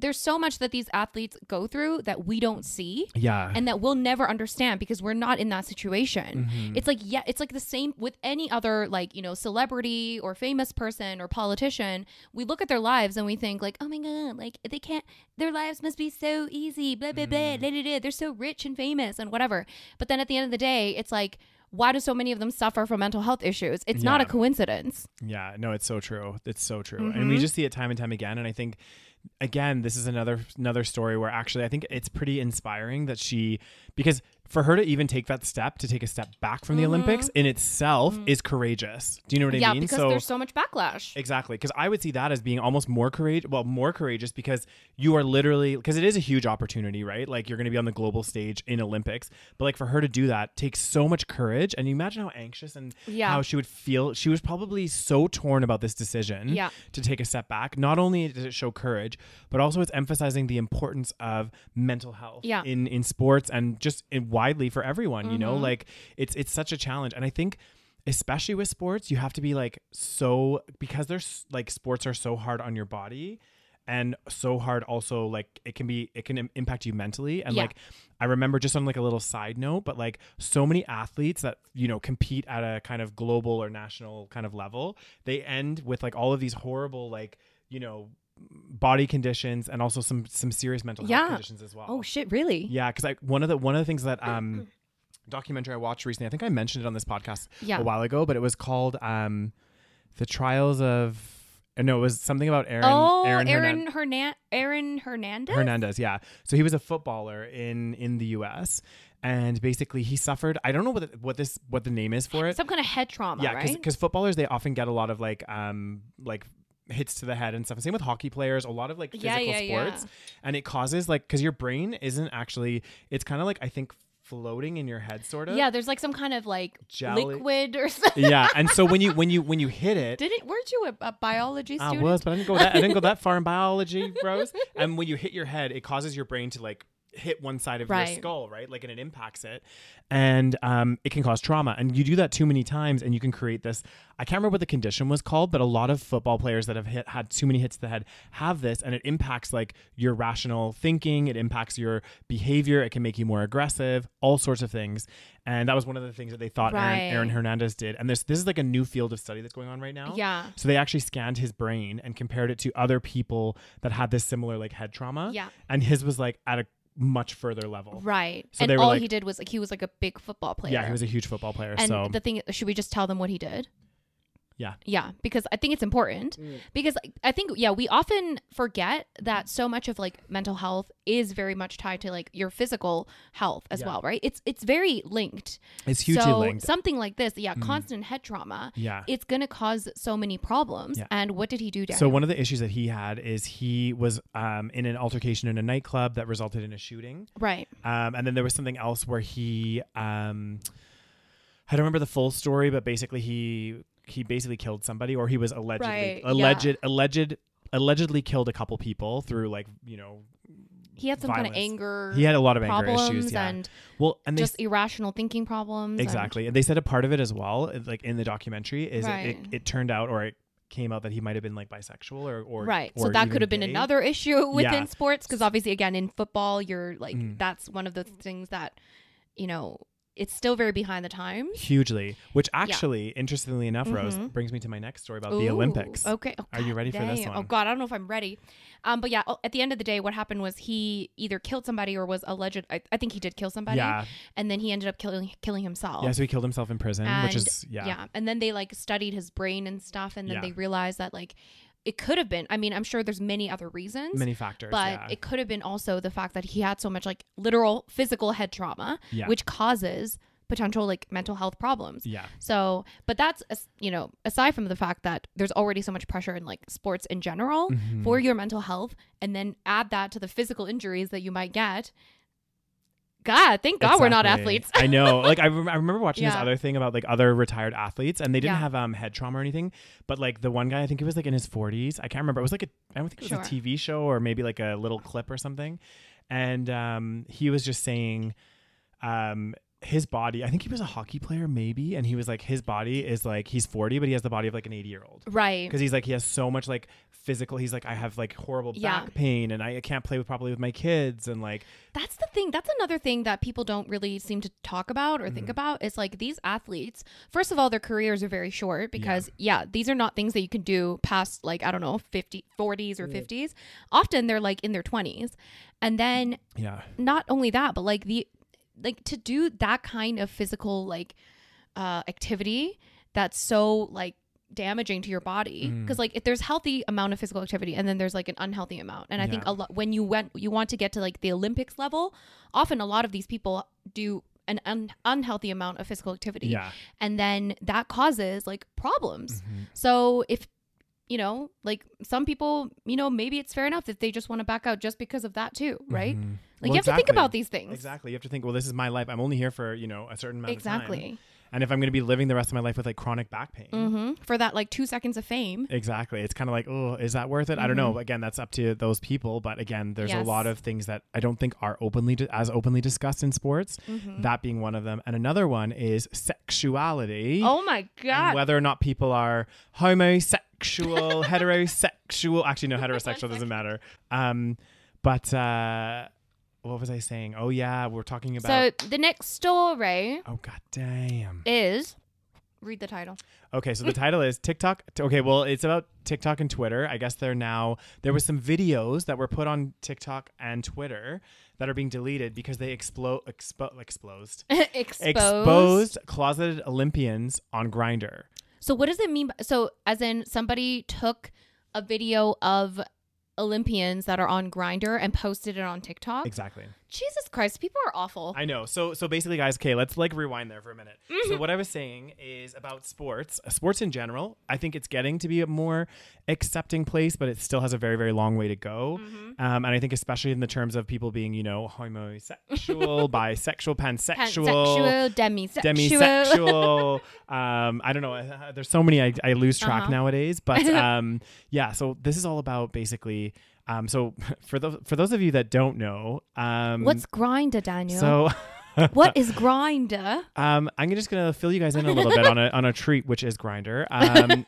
A: There's so much that these athletes go through that we don't see
B: yeah,
A: and that we'll never understand because we're not in that situation.
B: Mm-hmm.
A: It's like yeah, it's like the same with any other like, you know, celebrity or famous person or politician. We look at their lives and we think like, "Oh my god, like they can't their lives must be so easy, blah blah blah,
B: Mm-hmm.
A: blah, blah, blah. they're so rich and famous and whatever." But then at the end of the day, it's like why do so many of them suffer from mental health issues? It's not a
B: Yeah.
A: coincidence.
B: yeah. No, it's so true. It's so true, and
A: Mm-hmm.
B: we just see it time and time again. And I think, again, this is another another story where actually I think it's pretty inspiring that she because for her to even take that step to take a step back from the Olympics in itself is courageous. Do you know what
A: Mm-hmm. Mm. yeah,
B: I mean?
A: because
B: so
A: there's so much backlash.
B: Exactly, because I would see that as being almost more courageous. Well, more courageous because you are literally because it is a huge opportunity, right? Like you're going to be on the global stage in Olympics, but like for her to do that takes so much courage. And you imagine how anxious and
A: Yeah.
B: how she would feel. She was probably so torn about this decision
A: Yeah.
B: to take a step back. Not only does it show courage, but also it's emphasizing the importance of mental health
A: Yeah. Mm-hmm.
B: in in sports and just in widely for everyone. You know, like it's it's such a challenge, and I think especially with sports, you have to be like so because there's like sports are so hard on your body and so hard also like it can be it can im- impact you mentally and
A: Yeah.
B: like i remember just on like a little side note but like so many athletes that you know compete at a kind of global or national kind of level they end with like all of these horrible like you know body conditions and also some some serious mental
C: Yeah.
B: health conditions as well.
C: Oh shit, really?
B: Yeah, because I one of the one of the things that um documentary I watched recently, I think I mentioned it on this podcast
A: Yeah.
B: a while ago, but it was called um The Trials of uh, no, it was something about Aaron
A: oh,
B: Aaron,
A: Aaron,
B: Hernan-
A: Hernan- Aaron Hernandez.
B: Hernandez, yeah. So he was a footballer in in the US and basically he suffered I don't know what the, what this what the name is for it.
A: Some kind of head trauma,
B: yeah,
A: right?
B: because footballers they often get a lot of like um like hits to the head and stuff. Same with hockey players, a lot of like physical
A: Yeah, yeah,
B: sports, and it causes like because your brain isn't actually. It's kind of like I think floating in your head, sort of.
A: yeah, there's like some kind of like
B: Jelly-
A: liquid or something.
B: Yeah, and so when you when you when you hit it.
A: Didn't weren't you a, a biology
B: I
A: student?
B: was, but I didn't go that. I didn't go that far in biology, Rose. And when you hit your head, it causes your brain to like hit one side of
A: Right.
B: your skull, right? Like, and it impacts it, and um, it can cause trauma. And you do that too many times, and you can create this. I can't remember what the condition was called, but a lot of football players that have hit had too many hits to the head have this, and it impacts like your rational thinking. It impacts your behavior. It can make you more aggressive. All sorts of things. And that was one of the things that they thought
A: Right.
B: Aaron, Aaron Hernandez did. And this this is like a new field of study that's going on right now.
A: Yeah.
B: So they actually scanned his brain and compared it to other people that had this similar like head trauma.
A: Yeah.
B: And his was like at a much further level.
A: Right.
B: So
A: and
B: they were
A: all
B: like-
A: he did was like he was like a big football player.
B: Yeah, he was a huge football player.
A: And
B: so
A: the thing should we just tell them what he did?
B: Yeah.
A: Yeah, because I think it's important because I think yeah, we often forget that so much of like mental health is very much tied to like your physical health as
B: Yeah.
A: well, right? It's it's very linked.
B: it's hugely
A: so
B: linked. Mm.
A: something like this, yeah, constant head trauma,
B: Yeah.
A: it's going to cause so many problems.
B: Yeah.
A: And what did he do, Daniel?
B: So one of the issues that he had is he was um, in an altercation in a nightclub that resulted in a shooting.
A: right.
B: Um, and then there was something else where he, um, I don't remember the full story, but basically he he basically killed somebody, or he was allegedly
A: Right, yeah.
B: alleged alleged allegedly killed a couple people through like you know
A: He had some kind of
B: violence.
A: anger
B: he had a lot of anger
A: problems
B: issues. Yeah.
A: and
B: well, and they
A: just irrational thinking problems. and-
B: Exactly. And they said a part of it as well, like in the documentary, is it- it,
A: Right.
B: it, turned out or it came out that he might have been like bisexual or, or
A: right.
B: or
A: so that
B: even
A: could have been
B: gay.
A: another issue within
B: Yeah. Mm.
A: sports because obviously, again, in football, you're like, that's one of the things that, you know, it's still very behind the times.
B: Hugely. Which actually, interestingly enough, Rose,
A: Mhm.
B: brings me to my next story about
A: Ooh,
B: the Olympics.
A: Okay. Oh,
B: Are you
A: God
B: ready for this
A: dang. Oh
B: one?
A: God, I don't know if I'm ready. Um, but yeah, oh, at the end of the day, what happened was he either killed somebody or was alleged. I, I think he did kill somebody.
B: Yeah.
A: And then he ended up killing killing himself.
B: Yeah, so he killed himself in prison,
A: and
B: which is yeah.
A: And then they like studied his brain and stuff, and then
B: Yeah.
A: they realized that like it could have been. I mean, I'm sure there's many other reasons.
B: Many factors.
A: but
B: yeah.
A: it could have been also the fact that he had so much like literal physical head trauma,
B: Yeah.
A: which causes potential like mental health problems.
B: yeah.
A: So, but that's as- you know, aside from the fact that there's already so much pressure in like sports in general
B: Mhm.
A: for your mental health, and then add that to the physical injuries that you might get. God, thank God we're not
B: Exactly.
A: athletes.
B: I know. Like I, rem- I remember watching this
A: Yeah.
B: other thing about like other retired athletes, and they didn't
A: Yeah.
B: have um head trauma or anything. But like the one guy, I think he was like in his forties. I can't remember. It was like a I don't think it was
A: Sure.
B: a TV show or maybe like a little clip or something. And um, he was just saying, um. His body, I think he was a hockey player, maybe, and he was like, his body is like he's forty, but he has the body of like an eighty-year-old
A: right.
B: because he's like he has so much like physical. He's like I have like horrible
A: Yeah.
B: back pain, and I, I can't play with properly with my kids, and like
A: That's the thing. That's another thing that people don't really seem to talk about or think about. It's like these athletes, first of all, their careers are very short because, yeah. these are not things that you can do past, like, I don't know, 50, 40s or 50s. Often they're like in their 20s. And then
B: yeah,
A: not only that, but like the, like to do that kind of physical, like, uh, activity that's so, like, damaging to your body
B: Mm.
A: because like if there's healthy amount of physical activity and then there's like an unhealthy amount and i think
B: Yeah.
A: a lot when you went you want to get to like the olympics level often a lot of these people do an un- unhealthy amount of physical activity
B: yeah, Mm. Mm-hmm.
A: and then that causes like problems so if you know like some people you know maybe it's fair enough that they just want to back out just because of that too right
B: Mhm.
A: like
B: Well,
A: you have to think
B: exactly.
A: about these things
B: Exactly. You have to think, well, this is my life. I'm only here for, you know, a certain amount of time.
A: exactly
B: And if I'm going to be living the rest of my life with like chronic back pain.
A: hmm for that like two seconds of fame
B: Exactly. It's kind of like, oh, is that worth it? I don't know. Again, that's up to those people. But again, there's
A: Mm-hmm.
B: a
A: Yes.
B: lot of things that I don't think are openly di- as openly discussed in sports.
A: Mm-hmm.
B: That being one of them, and another one is sexuality.
A: oh my
B: and
A: god
B: whether or not people are homosexual, heterosexual. Actually, no, heterosexual doesn't matter. Um, but uh, what was I saying? Oh yeah, we're talking about.
A: so the next story
B: Oh god damn.
A: is Read the title.
B: Okay, so the title is TikTok. t- Okay, well, it's about TikTok and Twitter. I guess they're now there was some videos that were put on TikTok and Twitter that are being deleted because they explode expo- exposed
A: Exposed.
B: exposed closeted Olympians on Grinder.
A: So what does it mean? By, so as in somebody took a video of Olympians that are on Grinder and posted it on TikTok.
B: Exactly.
A: Jesus Christ, people are awful.
B: I know. So so basically, guys. Okay, let's like rewind there for a minute. So
A: Mm-hmm.
B: what I was saying is about sports, uh, sports in general. I think it's getting to be a more accepting place, but it still has a very very long way to go.
A: Mm-hmm.
B: Um, and I think especially in the terms of people being you know homosexual, bisexual, pansexual.
A: Pansexual, demisexual.
B: Demisexual. um, I don't know. uh, There's so many. I, I lose track
A: Uh-huh.
B: nowadays. But um, yeah. So this is all about basically. Um, so for those for those of you that don't know, um,
A: What's Grinder, Daniel?
B: so uh,
A: what is Grinder?
B: Um, I'm just gonna fill you guys in a little bit on a on a treat, which is Grinder. Um,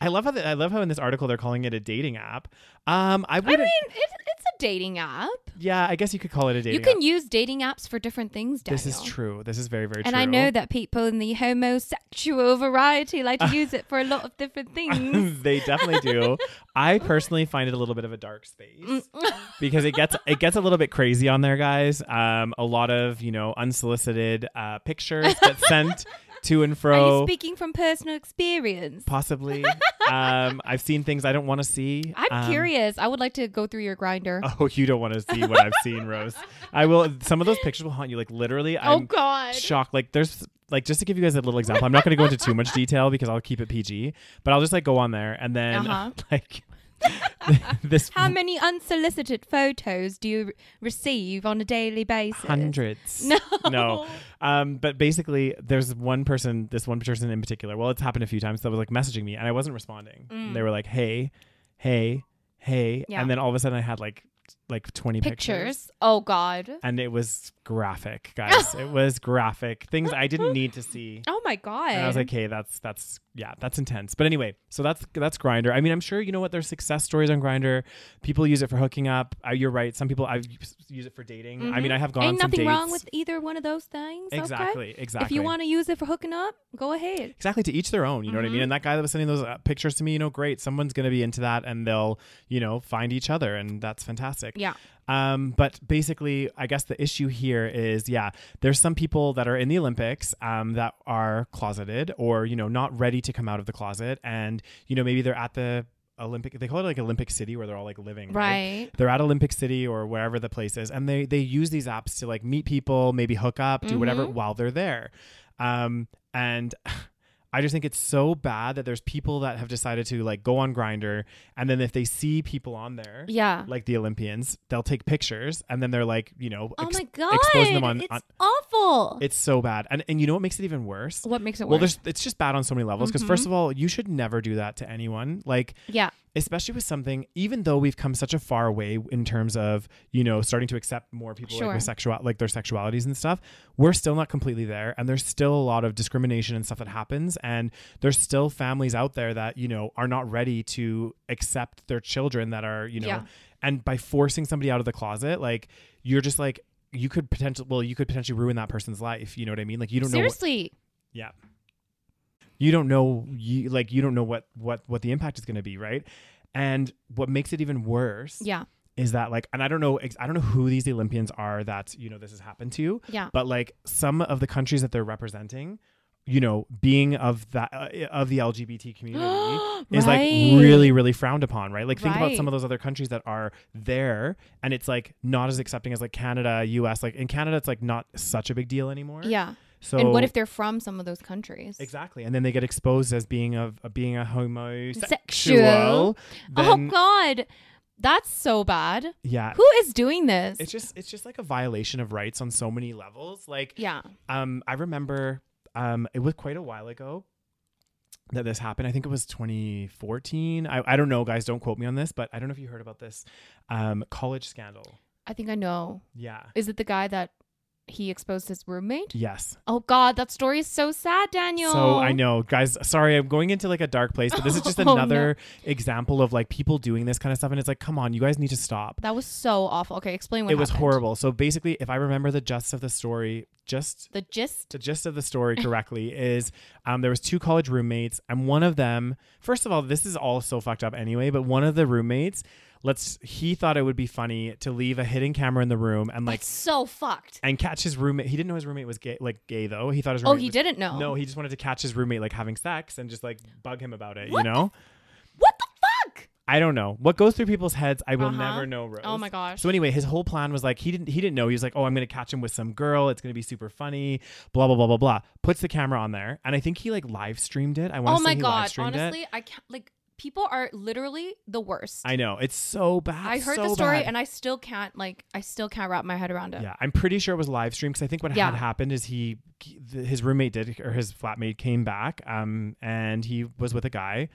B: I love how the, I love how in this article they're calling it a dating app. Um, I
A: I
B: would
A: mean, it, it's a dating app.
B: yeah, I guess you could call it a dating.
A: You can
B: app.
A: use dating apps for different things, Daniel.
B: This is true. This is very very
A: And
B: true.
A: I know that people in the homosexual variety like to use it for a lot of different things.
B: they definitely do. I personally find it a little bit of a dark space because it gets it gets a little bit crazy on there, guys. Um, a lot of you know unsolicited uh, pictures get sent to and fro.
A: Are you speaking from personal experience?
B: Possibly. um, I've seen things I don't want to see.
A: I'm
B: Um,
A: curious. I would like to go through your grinder.
B: Oh, you don't want to see what I've seen, Rose. I will. Some of those pictures will haunt you. Like literally,
A: oh
B: I'm
A: God.
B: shocked. Like there's like just to give you guys a little example. I'm not going to go into too much detail because I'll keep it PG. But I'll just like go on there and then
A: Uh-huh.
B: like this
A: How many unsolicited photos do you re- receive on a daily basis?
B: hundreds.
A: No.
B: No. Um, but basically, there's one person, this one person in particular. Well, it's happened a few times that was like messaging me, and I wasn't responding. They were like, "Hey, hey, hey,"
A: Mm. Yeah.
B: and then all of a sudden, I had like like 20 pictures.
A: Pictures. Oh God.
B: and it was graphic, guys. it was graphic. Things I didn't need to see.
A: Oh my God.
B: And I was like, "Hey, that's that's yeah, that's intense." But anyway, so that's that's Grinder. I mean, I'm sure you know what there's success stories on Grinder. People use it for hooking up. Uh, you're right. Some people I use it for dating. I mean, I have gone on
A: Mm-hmm. Ain't
B: some
A: nothing
B: dates.
A: wrong with either one of those things. okay?
B: exactly, exactly.
A: If you want to use it for hooking up, go ahead.
B: exactly to each their own. You know what
A: Mm-hmm.
B: I mean? And that guy that was sending those uh, pictures to me, you know, great. Someone's going to be into that, and they'll you know find each other, and that's fantastic.
A: Yeah.
B: Um, but basically, I guess the issue here is, yeah, there's some people that are in the Olympics um, that are closeted or you know not ready to come out of the closet, and you know maybe they're at the Olympic. They call it like Olympic City where they're all like living,
A: Right.
B: They're at Olympic City or wherever the place is, and they they use these apps to like meet people, maybe hook up, do whatever while they're there, um, and. I just think it's so bad that there's people that have decided to like go on Grinder, and then if they see people on there,
A: Yeah.
B: like the Olympians, they'll take pictures and then they're like, you know,
A: oh
B: ex-
A: my God.
B: exposing them on.
A: it's
B: on-
A: awful.
B: it's so bad, and and you know what makes it even worse?
A: what makes it
B: Well,
A: worse? Mm-hmm.
B: there's it's just bad on so many levels. Because first of all, you should never do that to anyone. Like
A: yeah.
B: especially with something even though we've come such a far way in terms of you know starting to accept more people like
A: Sure.
B: with sexual like their sexualities and stuff we're still not completely there and there's still a lot of discrimination and stuff that happens and there's still families out there that you know are not ready to accept their children that are you know
A: Yeah.
B: and by forcing somebody out of the closet like you're just like you could potentially well you could potentially ruin that person's life you know what i mean like you don't know what-
A: Seriously.
B: yeah. You don't know you like you don't know what what what the impact is going to be, right? And what makes it even worse
A: Yeah.
B: is that like and I don't know ex- I don't know who these Olympians are that, you know, this has happened to,
A: Yeah.
B: but like some of the countries that they're representing, you know, being of that uh, of the LGBT community is like
A: Right.
B: really really frowned upon right like think about
A: Right.
B: some of those other countries that are there and it's like not as accepting as like canada us like in canada it's like not such a big deal anymore
A: Yeah.
B: so
A: and what if they're from some of those countries?
B: Exactly, and then they get exposed as being a, a being a homosexual.
A: Sexual.
B: Then-
A: oh God. That's so bad.
B: yeah.
A: Who is doing this?
B: It's just it's just like a violation of rights on so many levels. Like,
A: yeah.
B: um, I remember, um, it was quite a while ago that this happened. I think it was 2014. I I don't know, guys. Don't quote me on this, but I don't know if you heard about this, um, college scandal.
A: I think I know.
B: Yeah.
A: Is it the guy that he exposed his roommate?
B: Yes.
A: Oh God, that story is so sad, Daniel.
B: So I know, guys. Sorry, I'm going into like a dark place, but this is just
A: Oh, no.
B: another example of like people doing this kind of stuff, and it's like, come on, you guys need to stop.
A: That was so awful. Okay, explain what
B: it was
A: happened.
B: horrible. So basically, if I remember the gist of the story, just
A: The gist.
B: the gist of the story correctly is um, there was two college roommates and one of them first of all this is all so fucked up anyway but one of the roommates let's he thought it would be funny to leave a hidden camera in the room and like
A: That's so fucked.
B: and catch his roommate he didn't know his roommate was gay like gay though he thought his
A: Oh,
B: roommate
A: he
B: was-
A: didn't know.
B: no he just wanted to catch his roommate like having sex and just like bug him about it
A: What
B: you know
A: What the fuck?
B: I don't know what goes through people's heads. I will
A: Uh-huh.
B: never know. Rose.
A: Oh my gosh.
B: So anyway, his whole plan was like he didn't he didn't know. He was like, oh, I'm gonna catch him with some girl. It's gonna be super funny. Blah blah blah blah blah. Puts the camera on there, and I think he like live streamed it. I want
A: Oh
B: to say
A: my
B: he live
A: god.
B: streamed
A: Honestly,
B: it.
A: I can't. Like people are literally the worst.
B: I know it's so bad.
A: I heard
B: so
A: the story
B: bad.
A: and I still can't. Like I still can't wrap my head around it.
B: yeah, I'm pretty sure it was live streamed because I think what
A: Yeah.
B: had happened is he, th- his roommate did or his flatmate came back, um, and he was with a guy,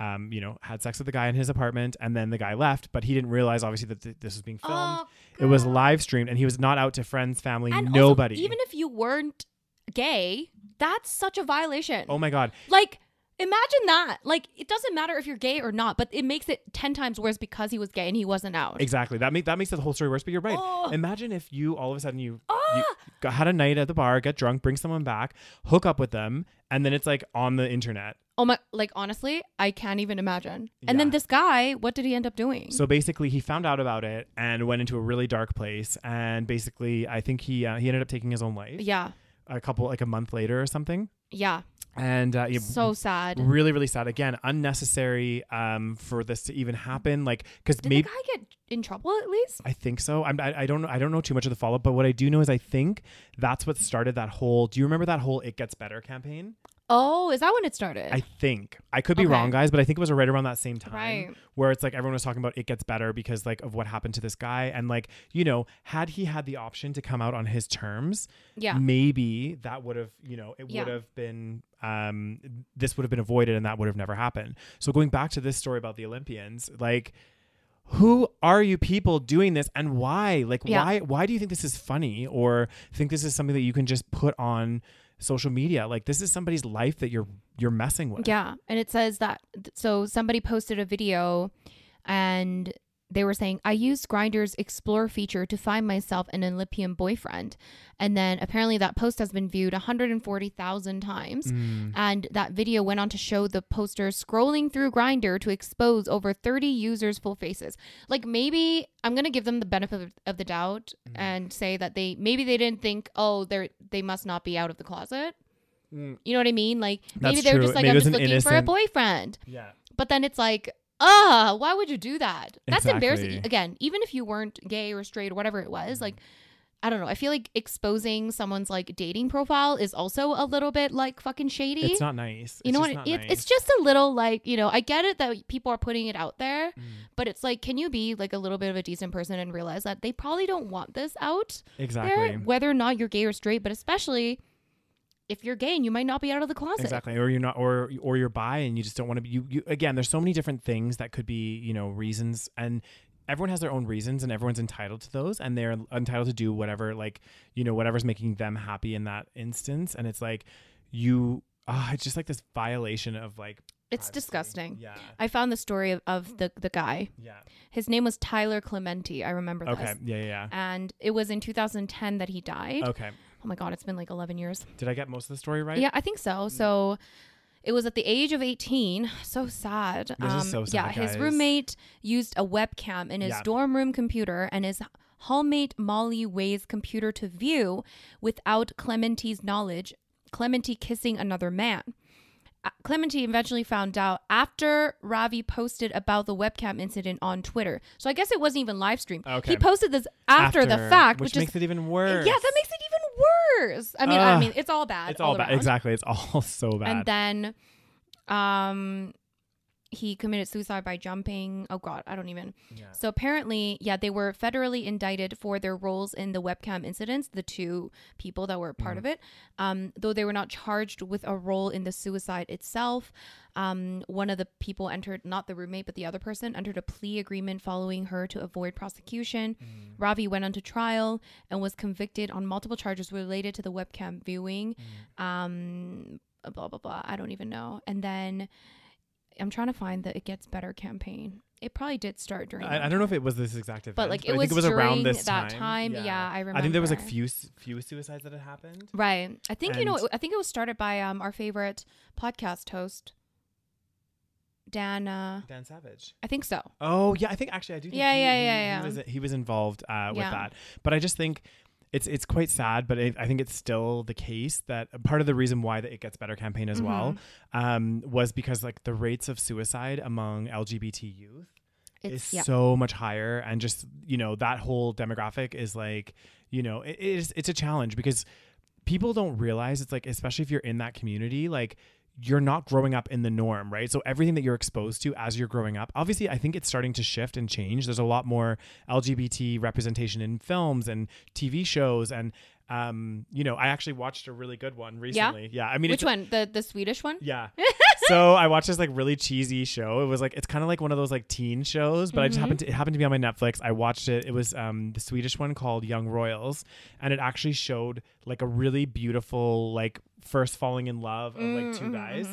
B: um, you know, had sex with the guy in his apartment, and then the guy left, but he didn't realize obviously that th- this was being filmed.
A: Oh,
B: It was
A: God.
B: live streamed, and he was not out to friends, family,
A: And also,
B: nobody.
A: even if you weren't gay, that's such a violation.
B: oh my god,
A: Like, imagine that. Like, it doesn't matter if you're gay or not, but it makes it 10 times worse because he was gay and he wasn't out.
B: exactly. That make that makes the whole story worse. But you're right.
A: Oh. Ah.
B: Imagine if you all of a sudden you, you got, had a night at the bar, get drunk, bring someone back, hook up with them, and then it's like on the internet.
A: Oh my, like, honestly, I can't even imagine. And then
B: Yeah.
A: this guy, what did he end up doing?
B: So basically, he found out about it and went into a really dark place. And basically, I think he uh, he ended up taking his own life
A: yeah.
B: a couple like a month later or something.
A: Yeah.
B: And uh, yeah,
A: So sad. Did
B: really really sad. Again, unnecessary um, for this to even happen. Like because
A: the
B: maybe.
A: guy get in trouble at least?
B: I think so. I'm, I, I don't know. I don't know too much of the follow up, but what I do know is I think that's what started that whole. Do you remember that whole "It Gets Better" campaign?
A: Oh, is that when it started?
B: I think I could be
A: Okay.
B: wrong, guys, but I think it was right around that same time
A: Right.
B: where it's like everyone was talking about "It Gets Better" because like of what happened to this guy, and like you know, had he had the option to come out on his terms,
A: yeah.
B: maybe that would have you know it
A: Yeah.
B: would have been um this would have been avoided and that would have never happened so going back to this story about the olympians like who are you people doing this and why like
A: Yeah.
B: why why do you think this is funny or think this is something that you can just put on social media like this is somebody's life that you're you're messing with
A: Yeah, and it says that so somebody posted a video and they were saying I used Grinder's explore feature to find myself an Olympian boyfriend. And then apparently that post has been viewed 140,000 times.
B: Mm.
A: And that video went on to show the poster scrolling through Grinder to expose over 30 users' full faces. Like maybe I'm gonna give them the benefit of- of the doubt
B: Mm.
A: and say that they maybe they didn't think oh they are they must not be out of the closet.
B: Mm.
A: You know what I mean? Like maybe
B: That's
A: they were
B: true.
A: just like
B: Maybe
A: I'm
B: it was
A: just
B: an
A: looking for a
B: innocent-
A: boyfriend.
B: yeah
A: But then it's like ah why would you do that? That's embarrassing.
B: Exactly.
A: Again, even if you weren't gay or straight or whatever it was,
B: Mm-hmm.
A: like. I don't know. I feel like exposing someone's like dating profile is also a little bit like fucking shady
B: it's not nice
A: you
B: It's
A: know
B: just
A: what
B: not
A: it,
B: nice.
A: it's just a little like you know i get it that people are putting it out there
B: Mm.
A: but it's like can you be like a little bit of a decent person and realize that they probably don't want this out
B: exactly
A: there whether or not you're gay or straight but especially if you're gay and you might not be out of the closet
B: Exactly. Or you're not or or you're bi and you just don't want to be you, you again, there's so many different things that could be, you know, reasons and everyone has their own reasons and everyone's entitled to those and they're entitled to do whatever like, you know, whatever's making them happy in that instance and it's like you ah, it's just like this violation of like
A: it's
B: privacy.
A: disgusting
B: Yeah.
A: i found the story of, of the, the guy
B: Yeah.
A: his name was tyler clementi i remember
B: Okay.
A: this
B: Yeah, yeah,
A: and it was in 2010 that he died
B: yeah. Okay.
A: oh my god it's been like 11 years
B: Did I get most of the story right? Mm.
A: Yeah, I think so. So it was at the age of 18. So sad. Um,
B: This is so sad,
A: Yeah, his
B: guys.
A: roommate used a webcam in his
B: Yeah.
A: dorm room computer and his hallmate Molly Way's computer to view without Clementi's knowledge, Clementi kissing another man. Uh, Clementi eventually found out after Ravi posted about the webcam incident on Twitter. So I guess it wasn't even live streamed.
B: Okay.
A: He posted this after, the fact, which,
B: which,
A: is
B: makes it even worse.
A: yeah, that makes it even worse. I mean, I
B: Ugh.
A: mean, it's all bad.
B: it's all, bad.
A: around.
B: Exactly. It's all so bad.
A: And then, um, he committed suicide by jumping. Oh God, I don't even.
B: Yeah.
A: So apparently, yeah, they were federally indicted for their roles in the webcam incidents. The two people that were a part of it, um, though they were not charged with a role in the suicide itself. Um, one of the people entered, not the roommate, but the other person entered a plea agreement following her to avoid prosecution.
B: Mm-hmm.
A: Ravi went on to trial and was convicted on multiple charges related to the webcam viewing.
B: Mm-hmm.
A: Um, blah blah blah. I don't even know. And then I'm trying to find the "It Gets Better" campaign. It probably did start during.
B: I, I don't know if it was this exact event,
A: But like it,
B: I
A: was,
B: think it was
A: during
B: around this
A: that time. Yeah. I remember.
B: I think there was like few s- few suicides that had happened.
A: Right. I think you know.
B: And-
A: I think it was started by um our favorite podcast host, Dan. Uh,
B: Dan Savage.
A: I think so.
B: Oh yeah, I think actually I do. Think
A: Yeah,
B: he,
A: yeah,
B: he-
A: yeah,
B: He
A: yeah.
B: was, he was involved uh, with
A: Yeah.
B: that, but I just think it's it's quite sad. But it, I think it's still the case that part of the reason why the It Gets Better campaign as well
A: Mm-hmm.
B: um, was because like the rates of suicide among LGBT youth
A: It's
B: is
A: yeah.
B: so much higher, and just you know that whole demographic is like you know it is it's a challenge because people don't realize it's like especially if you're in that community like you're not growing up in the norm right so everything that you're exposed to as you're growing up obviously i think it's starting to shift and change there's a lot more lgbt representation in films and tv shows and um you know i actually watched a really good one recently yeah, i mean
A: Which
B: it's,
A: one? The the Swedish one?
B: yeah. so I watched this like really cheesy show. It was like it's kind of like one of those like teen shows, but I just
A: Mm-hmm.
B: happened to it happened to be on my Netflix. I watched it. It was um the Swedish one called Young Royals, and it actually showed like a really beautiful like first falling in love of
A: Mm,
B: like
A: mm-hmm,
B: 2 guys.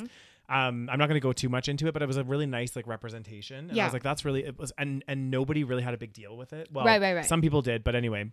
B: Um, I'm not going to go too much into it, but it was a really nice like representation. And I
A: Yeah.
B: was like, that's really it was, and and nobody really had a big deal with it. Well,
A: Right, right, right.
B: Some people did, but anyway,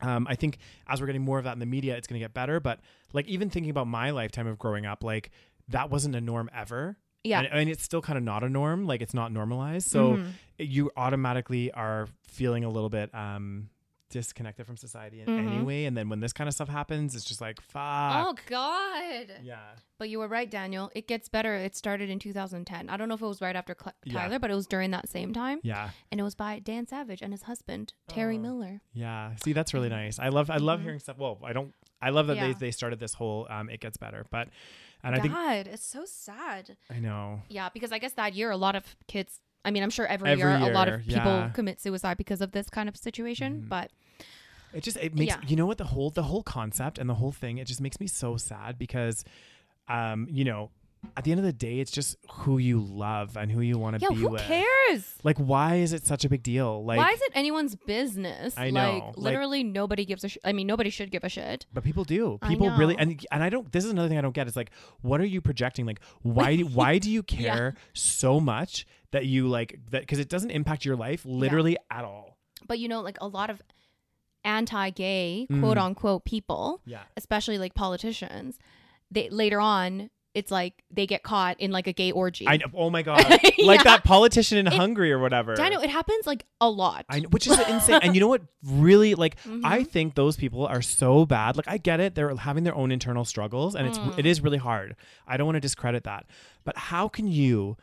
B: um, I think as we're getting more of that in the media, it's going to get better. But like even thinking about my lifetime of growing up, like that wasn't a norm ever.
A: Yeah.
B: And, and it's still kind of not a norm. Like it's not normalized. So
A: Mhm.
B: you automatically are feeling a little bit um, disconnected from society in
A: Mhm.
B: any way. And then when this kind of stuff happens, it's just like, fuck.
A: Oh God!
B: Yeah.
A: But you were right, Daniel. It gets better. It started in 2010. I don't know if it was right after Cl-
B: Yeah.
A: Tyler, but it was during that same time,
B: Yeah.
A: and it was by Dan Savage and his husband Terry
B: Oh.
A: Miller.
B: Yeah. See, that's really nice. I love, I love hearing stuff. Well, I don't, I love that they,
A: Mm-hmm. Yeah.
B: they started this whole, um, it gets better, but, and I
A: God,
B: think,
A: it's so sad.
B: I know.
A: Yeah, because I guess that year a lot of kids. I mean, I'm sure every,
B: Every
A: year, a lot
B: year,
A: of people
B: yeah. Mm-hmm.
A: commit suicide because of this kind of situation. But
B: It just it makes
A: Yeah.
B: you know what the whole the whole concept and the whole thing it just makes me so sad because um you know at the end of the day it's just who you love and who you want to
A: yeah,
B: be
A: who
B: with.
A: cares?
B: Like why is it such a big deal? Like
A: Why is it anyone's business?
B: I know, like-
A: Like literally nobody gives a sh- I mean, nobody should give a shit.
B: but people do.
A: I
B: People really
A: know.
B: and and I don't this is another thing I don't get. It's like what are you projecting? Like why do, why do you
A: Yeah.
B: care so much that you like that cuz it doesn't impact your life literally at all.
A: But you know, like a lot of anti-gay,
B: Mm.
A: quote unquote people,
B: Yeah.
A: especially like politicians, they later on it's like they get caught in like a gay orgy.
B: I know. Oh my god.
A: Yeah.
B: Like that politician in Hungary or whatever.
A: Daniel, it happens like a lot.
B: I know, which is insane. And you know what? Really, like
A: Mhm.
B: I think those people are so bad. Like I get it; they're having their own internal struggles, and it's
A: Mm.
B: it is really hard. I don't want to discredit that, but how can you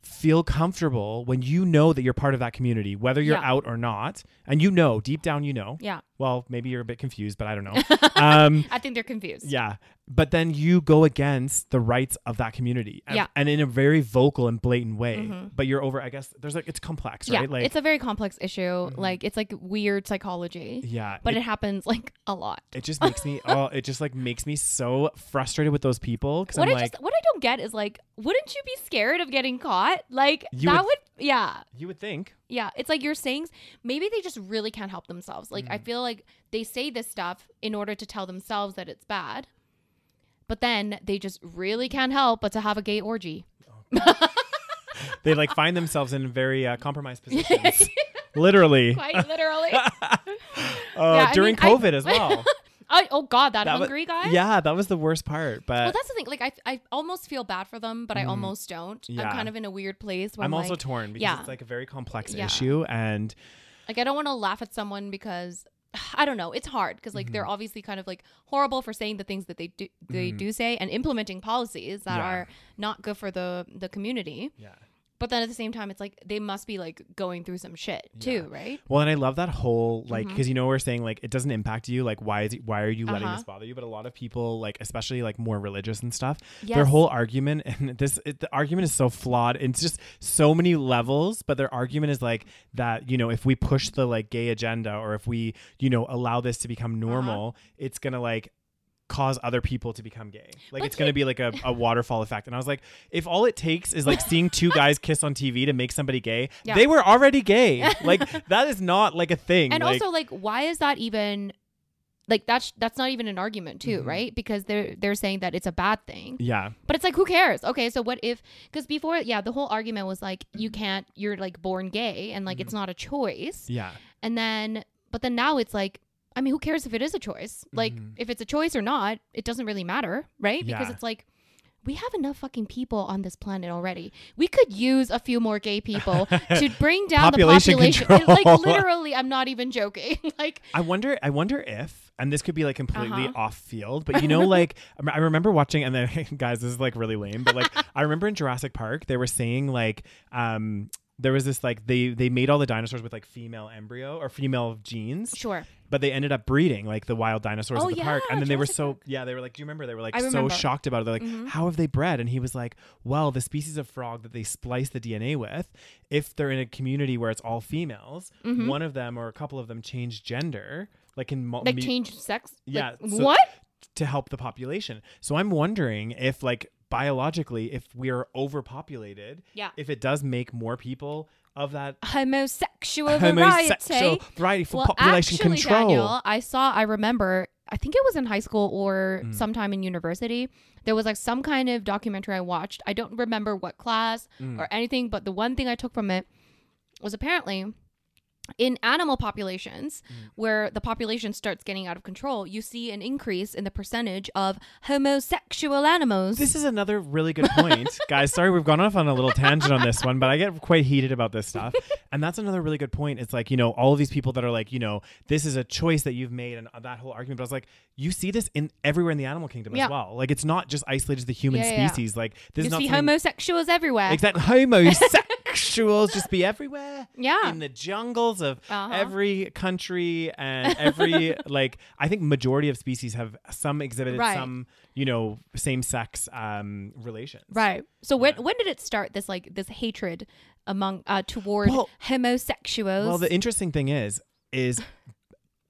B: feel comfortable when you know that you're part of that community, whether you're
A: Yeah.
B: out or not, and you know deep down you know.
A: yeah.
B: Well, maybe you're a bit confused, but I don't know. um,
A: I think they're confused.
B: yeah. But then you go against the rights of that community. and-
A: Yeah.
B: And in a very vocal and blatant way.
A: Mhm.
B: But you're over, I guess, there's like, it's complex,
A: Yeah,
B: right? Like, Mm-hmm.
A: it's a very complex issue. Like it's like weird psychology,
B: yeah.
A: but it, happens like a lot.
B: it just makes me oh it just like makes me so frustrated with those people because
A: What
B: i'm
A: I
B: like
A: just what I don't get is like, wouldn't you be scared of getting caught? Like
B: You would-
A: that would, yeah,
B: you would think
A: yeah. It's like you're saying maybe they just really can't help themselves. Like
B: Mm.
A: I feel like they say this stuff in order to tell themselves that it's bad, but then they just really can't help but to have a gay orgy.
B: they like find themselves in very uh, compromised positions literally
A: Quite literally.
B: uh,
A: Yeah, I
B: during
A: mean, I-
B: covid as well
A: I, oh God, that,
B: That was-
A: hungry guy.
B: yeah that was the worst part but Mm-hmm.
A: Well, that's the thing. Like, I, I almost feel bad for them, but I almost don't.
B: Yeah.
A: I'm kind of in a weird place where
B: i'm
A: I'm,
B: also
A: like,
B: torn because
A: yeah.
B: it's like a very complex
A: Yeah.
B: issue and
A: like I don't want to laugh at someone because I don't know. It's hard because like
B: Mm-hmm.
A: they're obviously kind of like horrible for saying the things that they do they do say and implementing policies that
B: Yeah.
A: are not good for the the community.
B: yeah
A: But then at the same time, it's like they must be like going through some shit too, right?
B: Well, and I love that whole like
A: Mm-hmm.
B: because you know we're saying like it doesn't impact you like why is it, why are you letting
A: Uh-huh.
B: this bother you? But a lot of people like especially like more religious and stuff, their
A: Yes.
B: whole argument and this it, the argument is so flawed. It's just so many levels, but their argument is like that you know if we push the like gay agenda or if we you know allow this to become
A: Uh-huh.
B: normal, it's gonna like cause other people to become gay like
A: But
B: it's gonna be like a, a waterfall effect and i was like if all it takes is like seeing two guys kiss on tv to make somebody gay
A: Yeah.
B: they were already gay like that is not like a thing
A: And
B: like,
A: also, like, why is that even like that's that's not even an argument too,
B: Mm-hmm.
A: right? Because they're they're saying that it's a bad thing.
B: Yeah.
A: But it's like, who cares? Okay, so what if? Because before, yeah, the whole argument was like, you can't, you're like born gay, and like
B: Mm-hmm.
A: it's not a choice.
B: Yeah.
A: And then, but then now it's like, I mean, who cares if it is a choice? Like,
B: Mhm.
A: if it's a choice or not, it doesn't really matter, right? Because
B: Yeah.
A: it's like, we have enough fucking people on this planet already. We could use a few more gay people to bring down
B: Population
A: the population.
B: control.
A: Like, literally, I'm not even joking. like,
B: I wonder. I wonder if, and this could be like completely
A: Uh-huh.
B: off field, but you know, like I rem- I remember watching, and then guys, this is like really lame, but like I remember in Jurassic Park, they were saying like, um, there was this like they they made all the dinosaurs with like female embryo or female genes,
A: sure.
B: but they ended up breeding like the wild dinosaurs
A: Oh,
B: of the park,
A: yeah,
B: and then they were
A: Jurassic
B: so yeah, they were like, do you remember? They were like
A: I
B: so
A: remember. Mm-hmm.
B: shocked about it. They're like, how have they bred? And he was like, well, the species of frog that they splice the DNA with, if they're in a community where it's all females,
A: Mm-hmm.
B: one of them or a couple of them change gender. Like in mul-
A: Like,
B: mu-
A: change sex?
B: Yeah,
A: Like,
B: so-
A: what?
B: to help the population. So I'm wondering if like biologically if we are overpopulated,
A: Yeah.
B: if it does make more people of that
A: Homosexual
B: homosexual variety for population
A: actually,
B: control.
A: Daniel, I saw, I remember, I think it was in high school or
B: Hmm.
A: sometime in university. There was like some kind of documentary I watched. I don't remember what class
B: Hmm.
A: or anything, but the one thing I took from it was apparently in animal populations
B: Hmm.
A: where the population starts getting out of control, you see an increase in the percentage of homosexual animals.
B: This is another really good point. Guys, sorry we've gone off on a little tangent on this one, but I get quite heated about this stuff. And that's another really good point. It's like, you know, all of these people that are like, you know, this is a choice that you've made and uh, that whole argument. But I was like, you see this in everywhere in the animal kingdom
A: Yeah.
B: as well. Like it's not just isolated to the human
A: Yeah, yeah, yeah.
B: species. Like this
A: you
B: is not
A: see
B: something-
A: homosexuals everywhere.
B: Exactly. Homosexuals just be everywhere.
A: Yeah.
B: In the jungles of
A: Uh-huh.
B: every country and every like I think majority of species have some exhibited
A: Right.
B: some, you know, same sex um relations.
A: Right. So when when did it start this like this hatred among uh toward
B: Well-
A: homosexuals?
B: Well, the interesting thing is is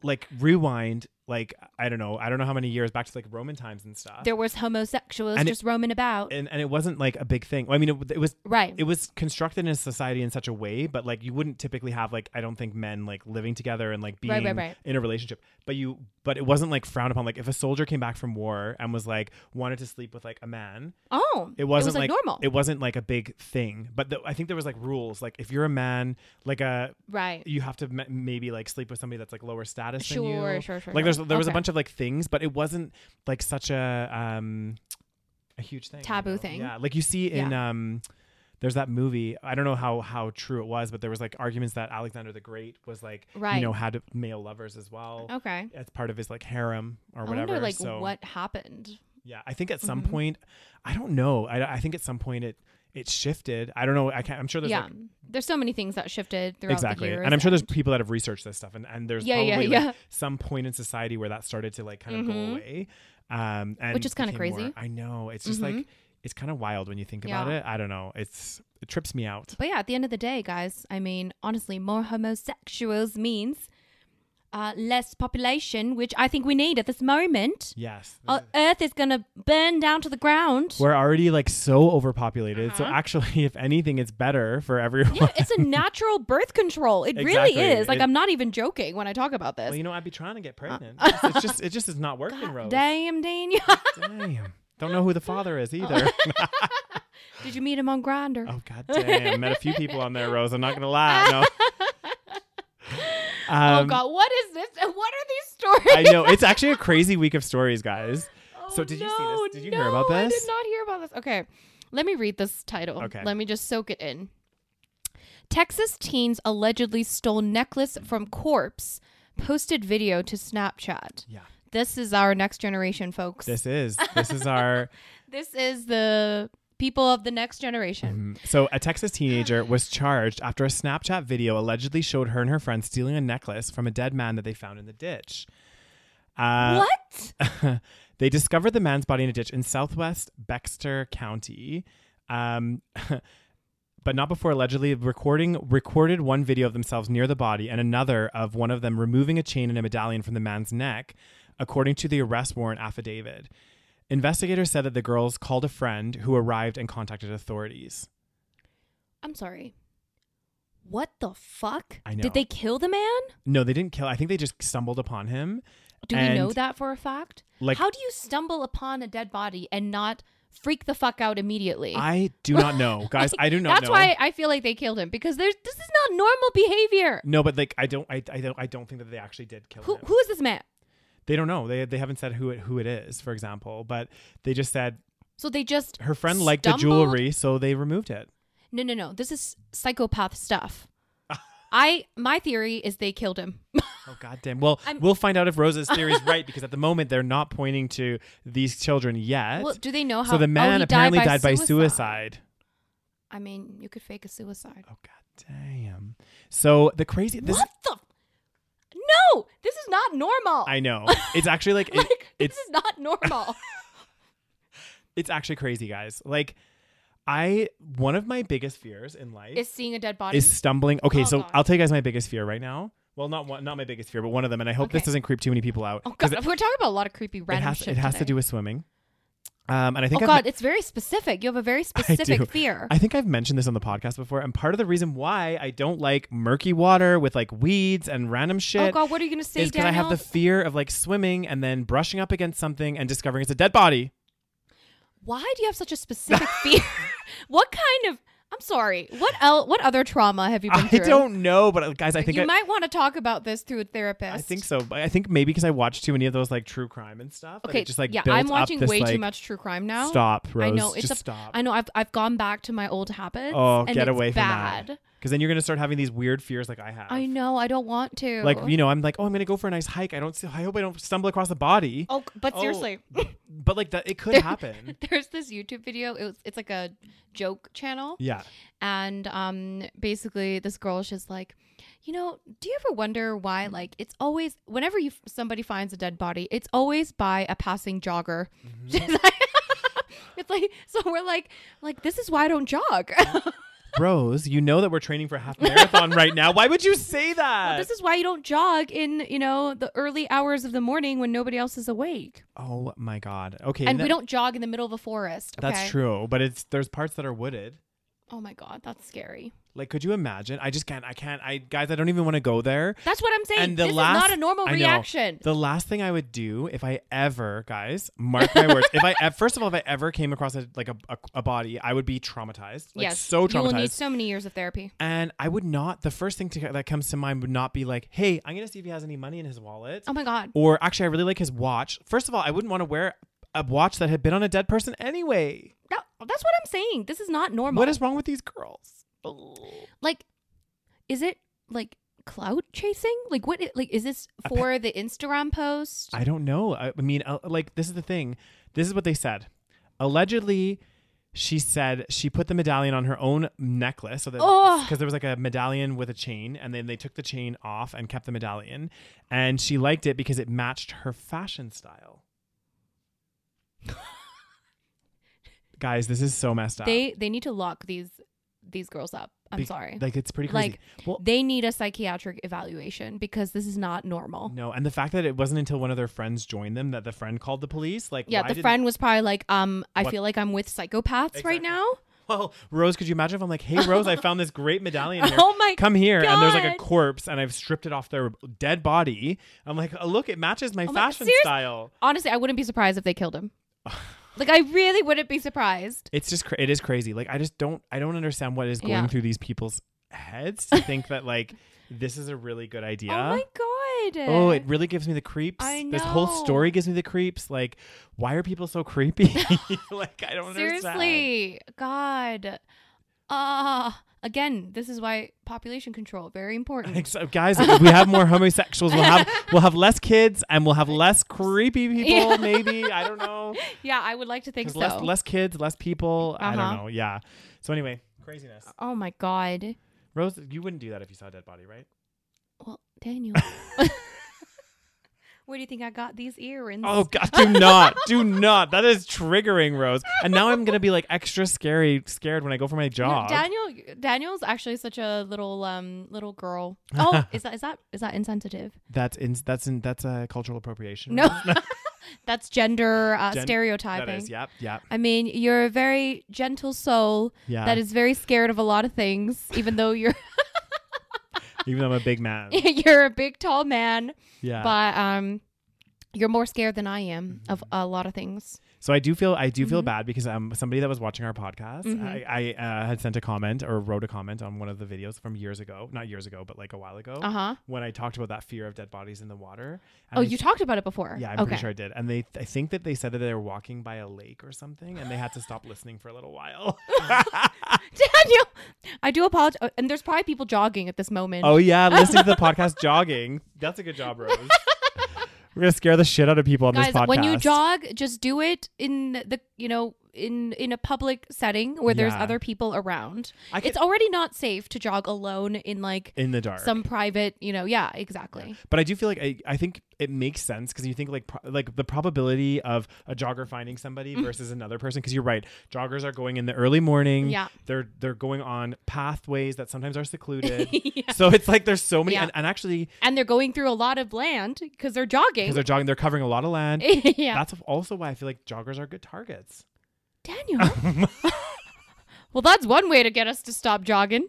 B: like rewind like I don't know, I don't know how many years back to like Roman times and stuff.
A: there was homosexuals
B: And it-
A: just roaming about.
B: and and it wasn't like a big thing. Well, I mean it, it was
A: right.
B: it was constructed in a society in such a way, but like you wouldn't typically have like I don't think men like living together and like being
A: Right, right, right.
B: in a relationship. But you but it wasn't like frowned upon. Like if a soldier came back from war and was like wanted to sleep with like a man,
A: oh.
B: it wasn't
A: was, like, normal.
B: It wasn't like a big thing. But the, I think there was like rules. Like if you're a man, like a
A: right.
B: you have to m- maybe like sleep with somebody that's like lower status than you.
A: Sure, sure, sure,
B: Like there's
A: sure.
B: there was a
A: Okay.
B: bunch of like things, but it wasn't like such a um a huge thing. you
A: Taboo
B: know?
A: thing.
B: Yeah. Like you see in um there's that movie. I don't know how how true it was, but there was like arguments that Alexander the Great was like you
A: Right.
B: know had male lovers as well.
A: Okay.
B: As part of his like harem or
A: I
B: whatever.
A: wonder like
B: so,
A: what Mm-hmm. happened.
B: Yeah, I think at some point, I don't know. I, I think at some point it it shifted. I don't know. I can't. I'm sure there's
A: yeah.
B: like
A: there's so many things that shifted throughout
B: exactly
A: the years.
B: and i'm sure there's people that have researched this stuff and, and there's
A: Yeah,
B: probably
A: yeah,
B: like,
A: yeah.
B: some point in society where that started to like kind of
A: Mhm.
B: go away um and
A: Which is kinda
B: became more-
A: crazy. Mm-hmm.
B: i know it's just like it's kind of wild when you think about
A: Yeah.
B: it i don't know it's it trips me out
A: But yeah, at the end of the day, guys, I mean, honestly, more homosexuals means uh, less population, which I think we need at this moment.
B: yes
A: Uh, Earth is gonna burn down to the ground.
B: we're already like so overpopulated so
A: Uh-huh.
B: actually if anything it's better for everyone
A: Yeah, it's a natural birth control. It
B: Exactly.
A: really is. Like
B: It-
A: I'm not even joking when I talk about this.
B: well, you know i'd be trying to get pregnant It's- it's just it just is not working Rose.
A: Uh, Damn, Daniel.
B: damn don't know who the father is either
A: Oh. Did you meet him on Grinder?
B: Oh god damn. Met a few people on there, Rose. I'm not gonna lie. No. Um,
A: oh God, what is this? What are these stories?
B: I know. It's actually a crazy week of stories, guys. so
A: Oh,
B: did you see
A: no,
B: this? Did you hear about
A: no, I
B: this?
A: did not hear about this. Okay, let me read this title.
B: Okay.
A: Let me just soak it in. Texas teens allegedly stole necklace from corpse, posted video to Snapchat.
B: Yeah.
A: This is our next generation, folks.
B: This is. This is our
A: this is the people of the next generation.
B: mm, So, a Texas teenager was charged after a Snapchat video allegedly showed her and her friend stealing a necklace from a dead man that they found in the ditch. Uh,
A: what?
B: they discovered the man's body in a ditch in southwest Bextor County. Um, but not before allegedly recording recorded one video of themselves near the body and another of one of them removing a chain and a medallion from the man's neck, according to the arrest warrant affidavit. Investigators said that the girls called a friend who arrived and contacted authorities.
A: I'm sorry. What the fuck?
B: I know.
A: Did they kill the man?
B: No, they didn't kill. I think they just stumbled upon him.
A: Do we
B: And-
A: know that for a fact?
B: Like-
A: how do you stumble upon a dead body and not freak the fuck out immediately?
B: I do not know, guys. I do not
A: That's
B: know.
A: why I feel like they killed him because there's this is not normal behavior.
B: no, but like I don't, I, I don't, I don't think that they actually did kill
A: Who
B: him.
A: who is this man?
B: They don't know. They they haven't said who it who it is, for example. But they just said
A: So they just
B: her friend liked the
A: Stumbled?
B: jewelry, so they removed it.
A: no no no. This is psychopath stuff. I my theory is they killed him.
B: Oh goddamn! Well,
A: I'm-
B: we'll find out if Rose's theory is right because at the moment they're not pointing to these children yet.
A: well, do they know how?
B: so the
A: oh,
B: man
A: he
B: apparently
A: died, by, suicide.
B: suicide.
A: I mean, you could fake a suicide.
B: Oh god damn! So the crazy this
A: what the? No, this is not normal.
B: I know it's actually like, it-
A: like
B: it's
A: this is not normal.
B: it's actually crazy, guys. Like I one of my biggest fears in life
A: is seeing a dead body.
B: is stumbling. Okay,
A: Oh,
B: so
A: God.
B: I'll tell you guys my biggest fear right now. Well, not one, not my biggest fear, but one of them, and I hope this
A: Okay.
B: doesn't creep too many people out.
A: oh
B: 'cause
A: god, we're talking about a lot of creepy
B: It
A: random
B: has,
A: shit.
B: it has to
A: today.
B: do with swimming. Um, and I
A: Oh
B: think I've,
A: god, it's very specific. You have a very
B: do.
A: specific fear.
B: I think I've mentioned this on the podcast before, and part of the reason why I don't like murky water with like weeds and random shit
A: oh god, what are you gonna say,
B: is because I
A: Daniel?
B: have the fear of like swimming and then brushing up against something and discovering it's a dead body.
A: Why do you have such a specific fear? what kind of? I'm sorry. What el- What other trauma have you been
B: I
A: through?
B: don't know, but uh, guys, I think
A: you
B: I,
A: might want to talk about this through a therapist.
B: I think so. But I think maybe because I watched too many of those like true crime and stuff. and it
A: Okay,
B: just like
A: yeah,
B: built
A: I'm watching
B: up this,
A: way too
B: like,
A: much true crime now.
B: Stop, Rose.
A: Oh, I know it's
B: just
A: a,
B: stop.
A: I know I've I've gone back to my old habits.
B: oh,
A: and
B: get
A: it's
B: away from
A: bad.
B: that. Because then you're gonna start having these weird fears like I have.
A: I know. I don't want to.
B: Like you know, I'm like, oh, I'm gonna go for a nice hike. I don't. See, I hope I don't stumble across a body.
A: Oh, but
B: Oh,
A: seriously,
B: But like that, it could
A: There-
B: happen.
A: there's this YouTube video. It was, it's like a joke channel,
B: Yeah.
A: and um, basically this girl, she's like, you know, do you ever wonder why? Like, it's always whenever you somebody finds a dead body, it's always by a passing jogger.
B: Mm-hmm.
A: She's like- it's like so we're like like this is why I don't jog.
B: Rose, you know that we're training for a half marathon right now. Why would you say that?
A: Well, this is why you don't jog in you know the early hours of the morning when nobody else is awake,
B: oh my god. Okay.
A: and we
B: that-
A: don't jog in the middle of a forest.
B: That's
A: okay?
B: true, but it's there's parts that are wooded.
A: Oh my god, that's scary.
B: Like, could you imagine? I just can't. I can't. I guys, I don't even want to go there.
A: That's what I'm saying.
B: And the
A: this
B: last,
A: is not a normal
B: I know.
A: reaction.
B: the last thing I would do if I ever, guys, mark my words. If I ev- first of all, if I ever came across a, like a, a, a body, I would be traumatized. Like,
A: yes,
B: so traumatized.
A: You will need so many years of therapy.
B: and I would not. The first thing to, that comes to mind would not be like, "Hey, I'm gonna see if he has any money in his wallet."
A: Oh my god.
B: or actually, I really like his watch. First of all, I wouldn't want to wear a watch that had been on a dead person anyway.
A: That- that's what I'm saying. This is not normal.
B: What is wrong with these girls?
A: like? Is it like clout chasing? Like what? i- Like is this for the Instagram post?
B: I don't know. I, I mean, uh, like, this is the thing. This is what they said. Allegedly, she said she put the medallion on her own necklace, so that
A: Ugh.
B: because there was like a medallion with a chain, and then they took the chain off and kept the medallion, and she liked it because it matched her fashion style. Guys, this is so messed up.
A: they they need to lock these these girls up. I'm
B: Be-
A: sorry.
B: Like, it's pretty crazy.
A: Like,
B: well,
A: they need a psychiatric evaluation because this is not normal.
B: No, and the fact that it wasn't until one of their friends joined them that the friend called the police. Like,
A: Yeah,
B: why
A: the
B: did-
A: friend was probably like, um, I
B: What-
A: feel like I'm with psychopaths
B: Exactly.
A: right now.
B: Well, Rose, could you imagine if I'm like, "Hey, Rose, I found this great medallion. Here.
A: Oh my
B: Come here!" And there's like a
A: God.
B: corpse, and I've stripped it off their dead body. I'm like, oh, "Look, it matches my
A: Oh my-
B: fashion
A: serious-
B: style."
A: Honestly, I wouldn't be surprised if they killed him. like, I really wouldn't be surprised.
B: It's just, cra- it is crazy. Like, I just don't, I don't understand what is going
A: Yeah.
B: through these people's heads to think that like this is a really good idea.
A: Oh my god.
B: Oh, it really gives me the creeps.
A: I
B: This whole
A: know.
B: story gives me the creeps. Like, why are people so creepy? like, I don't understand.
A: seriously, God. Ah, again, this is why population control very important.
B: Except guys, if we have more homosexuals, we'll have we'll have less kids and we'll have less creepy people.
A: Yeah.
B: Maybe I don't know.
A: yeah, I would like to think
B: 'Cause
A: so.
B: Less less kids, less people. I don't
A: Uh-huh.
B: know. Yeah. So anyway, craziness.
A: oh my god.
B: Rose, you wouldn't do that if you saw a dead body, right?
A: Well, Daniel. Where do you think I got these earrings?
B: Oh God, do not, do not. That is triggering, Rose. And now I'm gonna be like extra scary, scared when I go for my
A: You know,
B: job.
A: Daniel Daniel's actually such a little um little girl. Oh, is that is that is that insensitive?
B: that's in, that's in, that's a cultural appropriation.
A: No. That's gender uh,
B: Gen-
A: stereotyping.
B: that is. Yep. Yep.
A: I mean, you're a very gentle soul
B: Yeah.
A: that is very scared of a lot of things, even though you're
B: Even though I'm a big man.
A: you're a big tall man.
B: Yeah. Mm-hmm.
A: But um You're more scared than I am of a lot of things.
B: So I do feel I do feel
A: Mm-hmm.
B: bad because um somebody that was watching our podcast
A: Mhm.
B: I, I uh, had sent a comment or wrote a comment on one of the videos from years ago not years ago but like a while ago
A: Uh huh.
B: when I talked about that fear of dead bodies in the water. And
A: Oh,
B: I
A: you talked about it before.
B: Yeah, I'm
A: okay.
B: pretty sure I did. And they, I think that they said that they were walking by a lake or something, and they had to stop listening for a little while.
A: Daniel, I do apologize. oh, And there's probably people jogging at this moment.
B: oh yeah, listening to the podcast jogging. That's a good job, Rose. we're gonna scare the shit out of people on
A: guys,
B: this podcast.
A: when you jog, just do it in the you know in in a public setting where there's
B: Yeah.
A: other people around.
B: I can-
A: it's already not safe to jog alone in like
B: in the dark.
A: some private, you know, yeah, exactly.
B: but I do feel like I, I think it makes sense because you think like pro- like the probability of a jogger finding somebody
A: Mm.
B: versus another person because you're right joggers are going in the early morning
A: Yeah.
B: they're they're going on pathways that sometimes are secluded
A: Yeah.
B: so it's like there's so many
A: Yeah.
B: and, and actually
A: And they're going through a lot of land because they're jogging.
B: because they're jogging they're covering a lot of land
A: yeah.
B: That's also why I feel like joggers are good targets.
A: Daniel. well, that's one way to get us to stop jogging.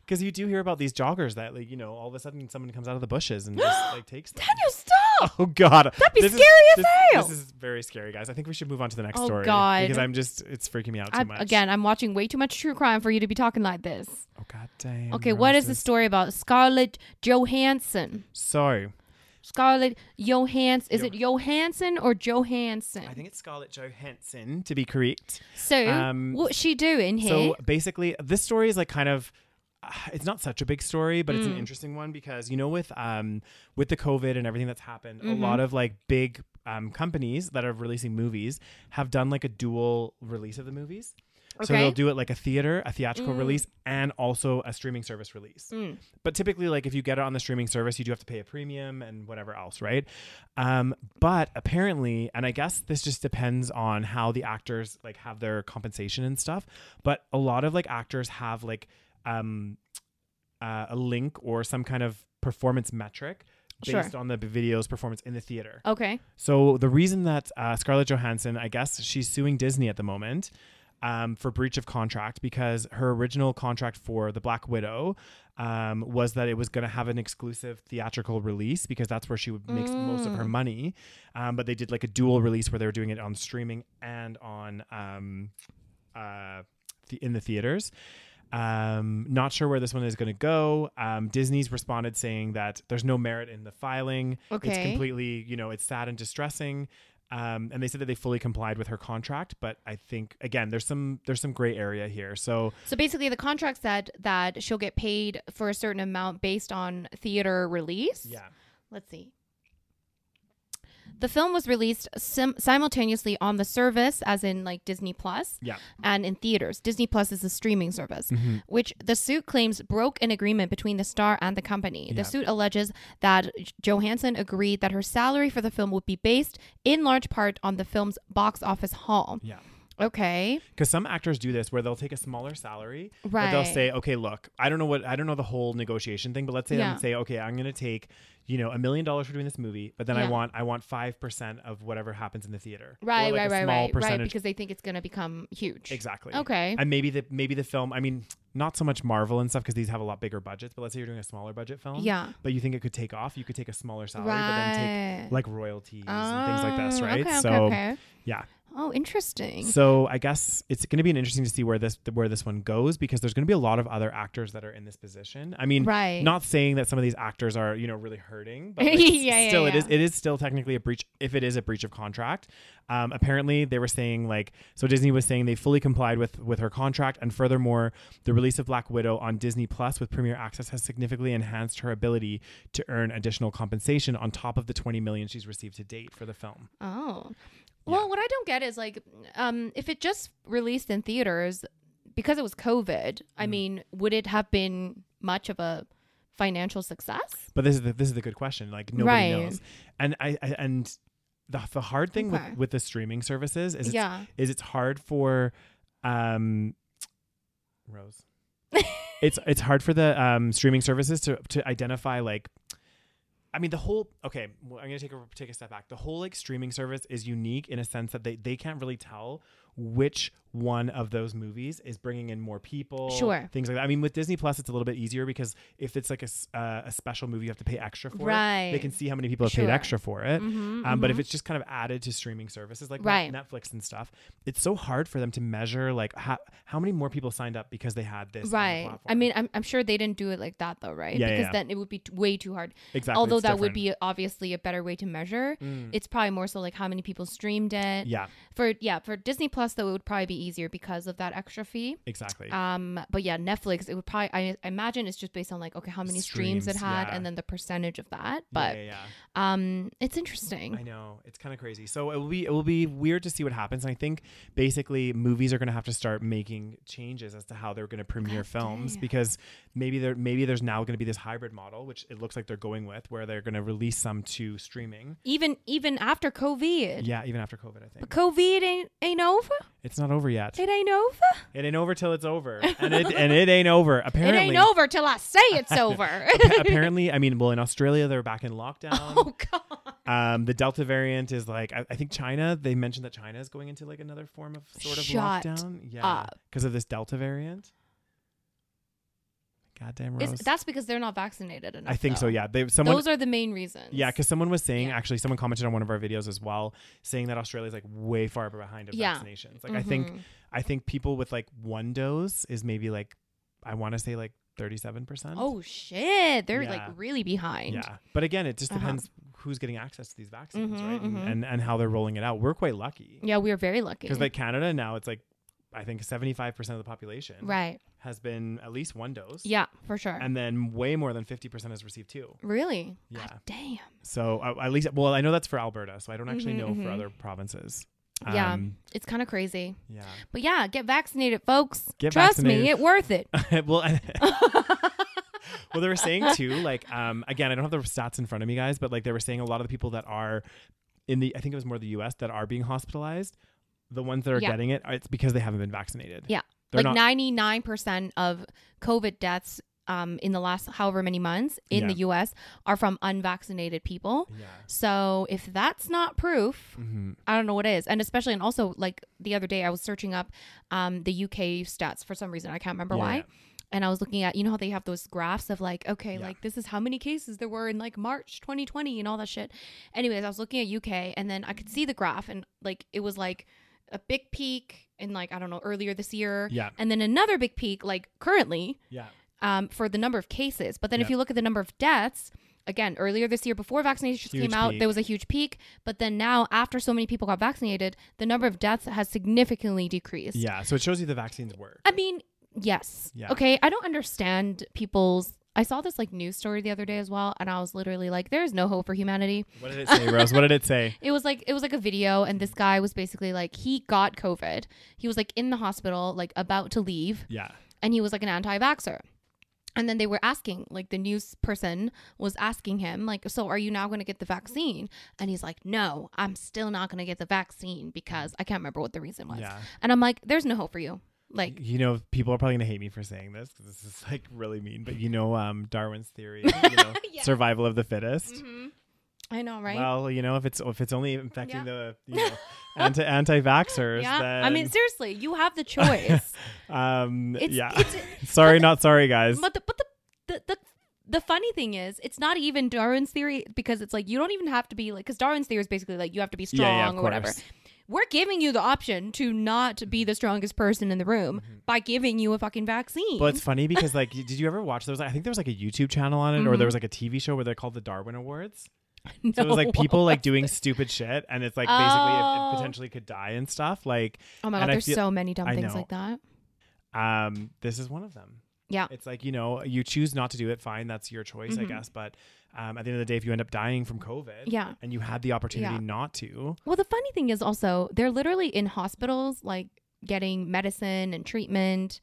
B: Because you do hear about these joggers that, like, you know, all of a sudden someone comes out of the bushes and just like takes them.
A: Daniel, stop.
B: Oh God, that'd
A: be scary as
B: this,
A: hell.
B: This is very scary, guys. I think we should move on to the next
A: Oh,
B: story
A: God.
B: because I'm just it's freaking me out too
A: I,
B: much.
A: again, I'm watching way too much true crime for you to be talking like this.
B: Oh God damn.
A: Okay, what is the
B: Roses.
A: story about? Scarlett Johansson.
B: So
A: Scarlett Johansson. Is
B: Jo-
A: it Johansson or Johansson?
B: I think it's Scarlett Johansson to be correct.
A: so,
B: um,
A: what's she doing here?
B: So basically, this story is like kind of. uh, It's not such a big story, but it's
A: Mm.
B: an interesting one because you know with um with the COVID and everything that's happened, a
A: Mm-hmm.
B: lot of like big um companies that are releasing movies have done like a dual release of the movies. So
A: Okay. Mm.
B: they'll do it like a theater, a theatrical release, and also a streaming service release.
A: Hmm,
B: But typically, like if you get it on the streaming service, you do have to pay a premium and whatever else, right? Um, but apparently, and I guess this just depends on how the actors like have their compensation and stuff. But a lot of like actors have like um, uh, a link or some kind of performance metric
A: Sure.
B: based on the video's performance in the theater.
A: okay.
B: So the reason that uh, Scarlett Johansson, I guess she's suing Disney at the moment um, for breach of contract because her original contract for The Black Widow um, was that it was going to have an exclusive theatrical release because that's where she would make most of her money. Um, but they did like a dual release where they were doing it on streaming and on um, uh, the, in the theaters. Um, not sure where this one is going to go. Um, Disney's responded saying that there's no merit in the filing. It's
A: Okay.
B: completely, you know, it's sad and distressing. Um, and they said that they fully complied with her contract, but I think again, there's some there's some gray area here. So
A: So basically, the contract said that she'll get paid for a certain amount based on theater release.
B: yeah,
A: Let's see. The film was released sim- simultaneously on the service, as in like Disney Plus,
B: yeah, Mm.
A: and in theaters. Disney Plus is a streaming service, which the suit claims broke an agreement between the star and the company.
B: Yeah.
A: The suit alleges that Johansson agreed that her salary for the film would be based in large part on the film's box office haul.
B: yeah.
A: Okay.
B: Because some actors do this where they'll take a smaller salary, but they'll
A: Right.
B: say, "Okay, look, I don't know what I don't know the whole negotiation thing, but let's say
A: Yeah.
B: I'm say, okay, I'm going to take, you know, a million dollars for doing this movie, but then I
A: Yeah.
B: want I want five percent of whatever happens in the theater, Or,
A: Right,
B: like,
A: right,
B: a
A: right,
B: small
A: right, right.
B: percentage.
A: Because they think it's going to become huge.
B: Exactly.
A: Okay.
B: And maybe the maybe the film. I mean, not so much Marvel and stuff because these have a lot bigger budgets. But let's say you're doing a smaller budget film.
A: Yeah.
B: But you think it could take off? You could take a smaller salary, but then
A: Right.
B: take like royalties and things like this,
A: Oh,
B: right?
A: Okay, okay,
B: so
A: okay.
B: yeah.
A: Oh, interesting.
B: So I guess it's going to be an interesting to see where this where this one goes because there's going to be a lot of other actors that are in this position. I mean,
A: Right.
B: not saying that some of these actors are you know really hurting, but like,
A: Yeah, yeah,
B: still it
A: yeah.
B: is it is still technically a breach if it is a breach of contract. Um, apparently, they were saying like so Disney was saying they fully complied with with her contract, and furthermore, the release of Black Widow on Disney Plus with Premier Access has significantly enhanced her ability to earn additional compensation on top of the 20 million she's received to date for the film.
A: Oh. Well, what I don't get is like um if it just released in theaters because it was COVID,
B: Mm.
A: I mean, would it have been much of a financial success?
B: But this is the, this is the good question. Like nobody
A: Right.
B: knows, and I, I and the the hard thing
A: Okay.
B: with with the streaming services is it's,
A: yeah.
B: is it's hard for um Rose. it's it's hard for the um streaming services to to identify like. I mean the whole okay. well, I'm gonna take a take a step back. The whole like streaming service is unique in a sense that they they can't really tell which one of those movies is bringing in more people.
A: Sure.
B: Things like that. I mean, with Disney Plus, it's a little bit easier because if it's like a, s- uh, a special movie, you have to pay extra for it. They
A: Right.
B: can see how many people have
A: Sure.
B: paid extra for it.
A: Mhm,
B: Um, But if
A: mhm.
B: it's just kind of added to streaming services like
A: Right.
B: Netflix and stuff, it's so hard for them to measure like how, how many more people signed up because they had this. on the
A: right. I
B: platform.
A: mean, I'm, I'm sure they didn't do it like that though, right?
B: Yeah, yeah,
A: because
B: yeah.
A: then it would be t- way too hard.
B: exactly.
A: Although
B: it's
A: that would
B: different. Mm.
A: be obviously a better way to measure. It's probably more so like how many people streamed it.
B: Yeah,
A: For yeah, for Disney Plus though, it would probably be easier because of that extra fee.
B: exactly.
A: Um, but yeah, Netflix, it would probably I, I imagine it's just based on like okay, how many streams, it
B: Streams,
A: had,
B: yeah.
A: and then the percentage of that.
B: Yeah,
A: But
B: yeah, yeah.
A: um, it's interesting.
B: I know it's kind of crazy. So it will be it will be weird to see what happens. And I think basically movies are going to have to start making changes as to how they're going to premiere films because maybe there maybe there's now going to be this hybrid model, which it looks like they're going with, where they're going to release some to streaming.
A: even even after COVID,
B: Yeah, even after COVID, I think
A: COVID ain't ain't over.
B: it's not over yet.
A: It ain't over.
B: It ain't over till it's over, and it and it ain't over. Apparently,
A: It ain't over till I say it's over.
B: appa- apparently, um, I mean, well, in Australia they're back in lockdown.
A: oh God.
B: Um, the Delta variant is like I, I think China. They mentioned that China is going into like another form of sort of
A: Shut
B: lockdown. Yeah,
A: up.
B: because of this Delta variant. Goddamn Rose.
A: It's, that's because they're not vaccinated enough.
B: I think so.
A: though.
B: Yeah, they someone.
A: Those are the main reasons.
B: yeah, because someone was saying
A: Yeah.
B: actually, someone commented on one of our videos as well, saying that Australia's like way far behind of
A: Yeah.
B: vaccinations. Like I think
A: Mhm.
B: I think people with like one dose is maybe like I want to say like thirty seven percent.
A: Oh shit, they're like
B: Yeah.
A: really behind.
B: Yeah, but again, it just
A: Uh-huh.
B: depends who's getting access to these vaccines,
A: Mhm,
B: right? And,
A: mhm.
B: and and how they're rolling it out. We're quite lucky.
A: Yeah, we are very lucky.
B: Because like Canada now, it's like I think seventy five percent of the population
A: right.
B: has been at least one dose.
A: Yeah, for sure.
B: And then way more than fifty percent has received two.
A: really?
B: Yeah.
A: God damn.
B: So uh, at least, well, I know that's for Alberta. So I don't actually
A: Mhm,
B: know for
A: mhm.
B: other provinces.
A: yeah,
B: Um,
A: it's kind of crazy.
B: yeah.
A: But yeah, get vaccinated, folks.
B: Get
A: Trust
B: vaccinated.
A: me, it worth it.
B: well, and- well, they were saying too, like, um, again, I don't have the stats in front of me, guys, but like they were saying a lot of the people that are in the, I think it was more the U.S. that are being hospitalized, the ones that are
A: Yeah.
B: getting it, it's because they haven't been vaccinated.
A: Yeah.
B: They're
A: like
B: not.
A: ninety nine percent of COVID deaths um, in the last however many months in
B: Yeah.
A: the U.S. are from unvaccinated people.
B: yeah.
A: So if that's not proof,
B: hmm
A: I don't know what is. And especially, and also, like the other day, I was searching up um, the UK stats for some reason. I can't remember
B: Yeah,
A: why.
B: yeah.
A: And I was looking at, you know, how they have those graphs of like, okay,
B: Yeah.
A: like this is how many cases there were in like March 2020 and all that shit. Anyways, I was looking at UK and then I could see the graph and like it was like a big peak in like, I don't know, earlier this year.
B: Yeah.
A: And then another big peak, like currently,
B: Yeah.
A: um, for the number of cases. But then if
B: Yeah.
A: you look at the number of deaths, again, earlier this year, before vaccinations
B: Huge
A: came out,
B: peak.
A: there was a huge peak. But then now, after so many people got vaccinated, the number of deaths has significantly decreased.
B: Yeah. So it shows you the vaccines work.
A: I mean, yes.
B: Yeah.
A: Okay. I don't understand people's. I saw this like news story the other day as well, and I was literally like, "There's no hope for humanity."
B: What did it say, Rose? What did it say?
A: It was like it was like a video, and this guy was basically like he got COVID. He was like in the hospital, like about to leave,
B: Yeah.
A: and he was like an anti-vaxxer and then they were asking like the news person was asking him like so are you now going to get the vaccine and he's like no i'm still not going to get the vaccine because i can't remember what the reason was
B: Yeah.
A: and i'm like there's no hope for you like
B: You know, people are probably gonna hate me for saying this because this is like really mean. But you know, um, Darwin's theory, you know, survival of the fittest.
A: i know right
B: Well, you know, if it's if it's only infecting
A: Yeah.
B: the you know anti anti vaxxers,
A: yeah
B: then
A: i mean seriously you have the choice
B: um,
A: it's,
B: yeah.
A: it's
B: sorry, not sorry, guys.
A: but the but the, the the the funny thing is, it's not even Darwin's theory because it's like you don't even have to be like because Darwin's theory is basically like you have to be strong
B: Yeah, yeah, of
A: or whatever.
B: course.
A: We're giving you the option to not be the strongest person in the room by giving you a fucking vaccine.
B: Mm-hmm. But it's funny because like, did you ever watch those? I think there was like a YouTube channel on it, or
A: Mm-hmm.
B: there was like a TV show where they're called the Darwin Awards. So it was like
A: No.
B: people like doing stupid shit, and it's like basically if
A: Oh.
B: it potentially could die and stuff. Like,
A: oh my
B: and
A: god,
B: I
A: there's
B: feel-
A: so many dumb
B: I
A: things
B: know.
A: like that.
B: um, this is one of them.
A: Yeah.
B: It's like, you know, you choose not to do it, fine, that's your choice, I
A: Mhm.
B: guess. But um, at the end of the day, if you end up dying from COVID
A: Yeah.
B: and you had the opportunity
A: Yeah.
B: not to,
A: Well, the funny thing is also they're literally in hospitals like getting medicine and treatment,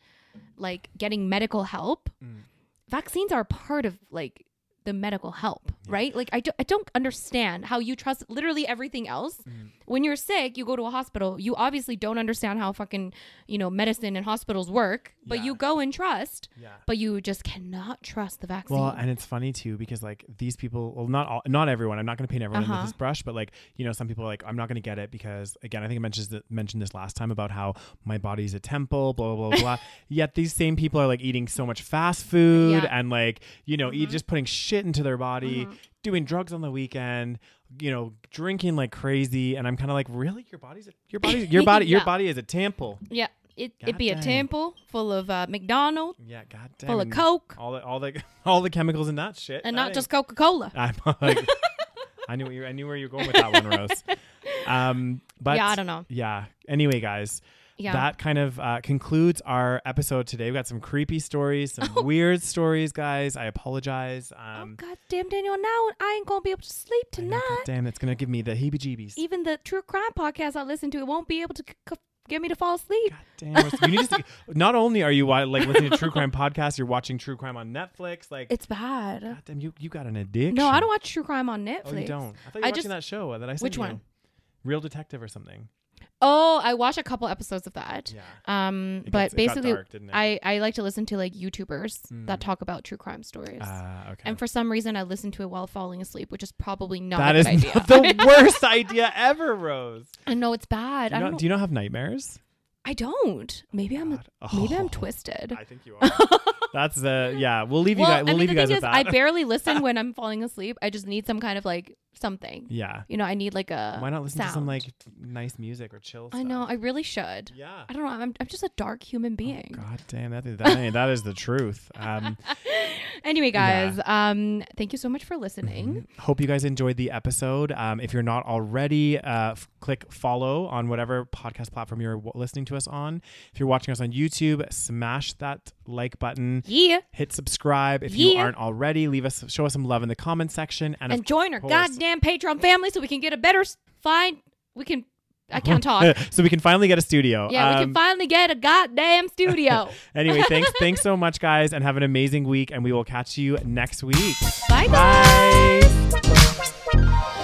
A: like getting medical help.
B: Mm.
A: Vaccines are part of like the medical help. right? Like I, do, I don't understand how you trust literally everything else.
B: Mm.
A: When you're sick, you go to a hospital. You obviously don't understand how fucking, you know, medicine and hospitals work, but
B: Yeah.
A: you go and trust,
B: Yeah.
A: but you just cannot trust the vaccine.
B: Well, and it's funny too because like these people, well, not all, not everyone. I'm not going to paint everyone
A: Uh-huh.
B: with this brush, but like you know, some people are like I'm not going to get it because again, I think I mentioned th- mentioned this last time about how my body's a temple, blah blah blah. blah. Yet these same people are like eating so much fast food
A: Yeah. Mm-hmm.
B: and like you know, eat, just putting shit into their body, doing drugs on the weekend. You know, drinking like crazy, and I'm kind of like, really, your body's a, your body, your body, your
A: Yeah.
B: body is a temple.
A: yeah, it, it'd be a
B: Goddamn.
A: temple full of uh, McDonald's,
B: Yeah, goddamn.
A: full of
B: and
A: Coke,
B: All the all the all the chemicals in that shit,
A: and
B: That
A: not
B: ain't-
A: just Coca Cola.
B: I'm like, I knew what you, I knew where you were going with that one, Rose. Um, but
A: Yeah, I don't know.
B: Yeah. Anyway, guys,
A: Yeah.
B: that kind of uh, concludes our episode today. We got some creepy stories, some
A: Oh.
B: weird stories, guys. I apologize. Um,
A: God damn, Oh, Daniel, now I ain't gonna be able to sleep
B: I know,
A: tonight.
B: damn, it's gonna give me the heebie-jeebies.
A: Even the true crime podcast I listen to, it won't be able to c- c- get me to fall asleep.
B: God damn, Rose, you need to. Not only are you uh, like listening to true crime podcasts, you're watching true crime on Netflix. Like,
A: It's bad.
B: God damn, you you got an addiction.
A: No, I don't watch true crime on Netflix.
B: Oh, you don't. I thought you were
A: I
B: watching
A: just-
B: that show that I sent
A: Which
B: you.
A: one?
B: Real Detective or something.
A: Oh, I watch a couple episodes of that.
B: Yeah.
A: Um,
B: It
A: but
B: gets- it got
A: basically,
B: dark, didn't it?
A: I I like to listen to like YouTubers that talk about true crime stories.
B: Uh, okay.
A: and for some reason, I listen to it while falling asleep, which is probably not
B: That
A: a
B: is
A: good idea.
B: not the worst idea ever, Rose.
A: I know it's bad.
B: Do
A: I
B: you,
A: don't.
B: not, do you not have nightmares?
A: I don't. Maybe I'm.
B: God.
A: Maybe I'm
B: Oh.
A: twisted.
B: think you are. That's the yeah. We'll leave you guys. We'll
A: I mean,
B: leave
A: the
B: you guys
A: thing
B: with
A: is,
B: that.
A: I barely listen when I'm falling asleep. I just need some kind of like something.
B: yeah.
A: You know, I need like a.
B: Why not listen to some
A: sound.
B: like nice music or chill?
A: I know.
B: stuff?
A: I really should.
B: yeah. Oh,
A: I don't know. I'm, I'm just a dark human being.
B: God damn that that ain't- that is the truth. Um,
A: anyway,
B: Yeah. Mm-hmm.
A: guys, um, thank you so much for listening.
B: hope you guys enjoyed the episode. Um, if you're not already, uh, f- click follow on whatever podcast platform you're w- listening to us on. If you're watching us on YouTube, smash that like button.
A: Yeah.
B: Hit subscribe if you
A: Yeah.
B: aren't already. Leave us show us some love in the comments section and, of
A: and join our
B: course.
A: goddamn Patreon family so we can get a better s- fine. We can. I can't talk.
B: so we can finally get a studio.
A: Yeah, we
B: Um,
A: can finally get a goddamn studio.
B: anyway, thanks, thanks so much, guys, and have an amazing week. And we will catch you next week.
A: Bye, guys.
B: Bye.
C: Bye.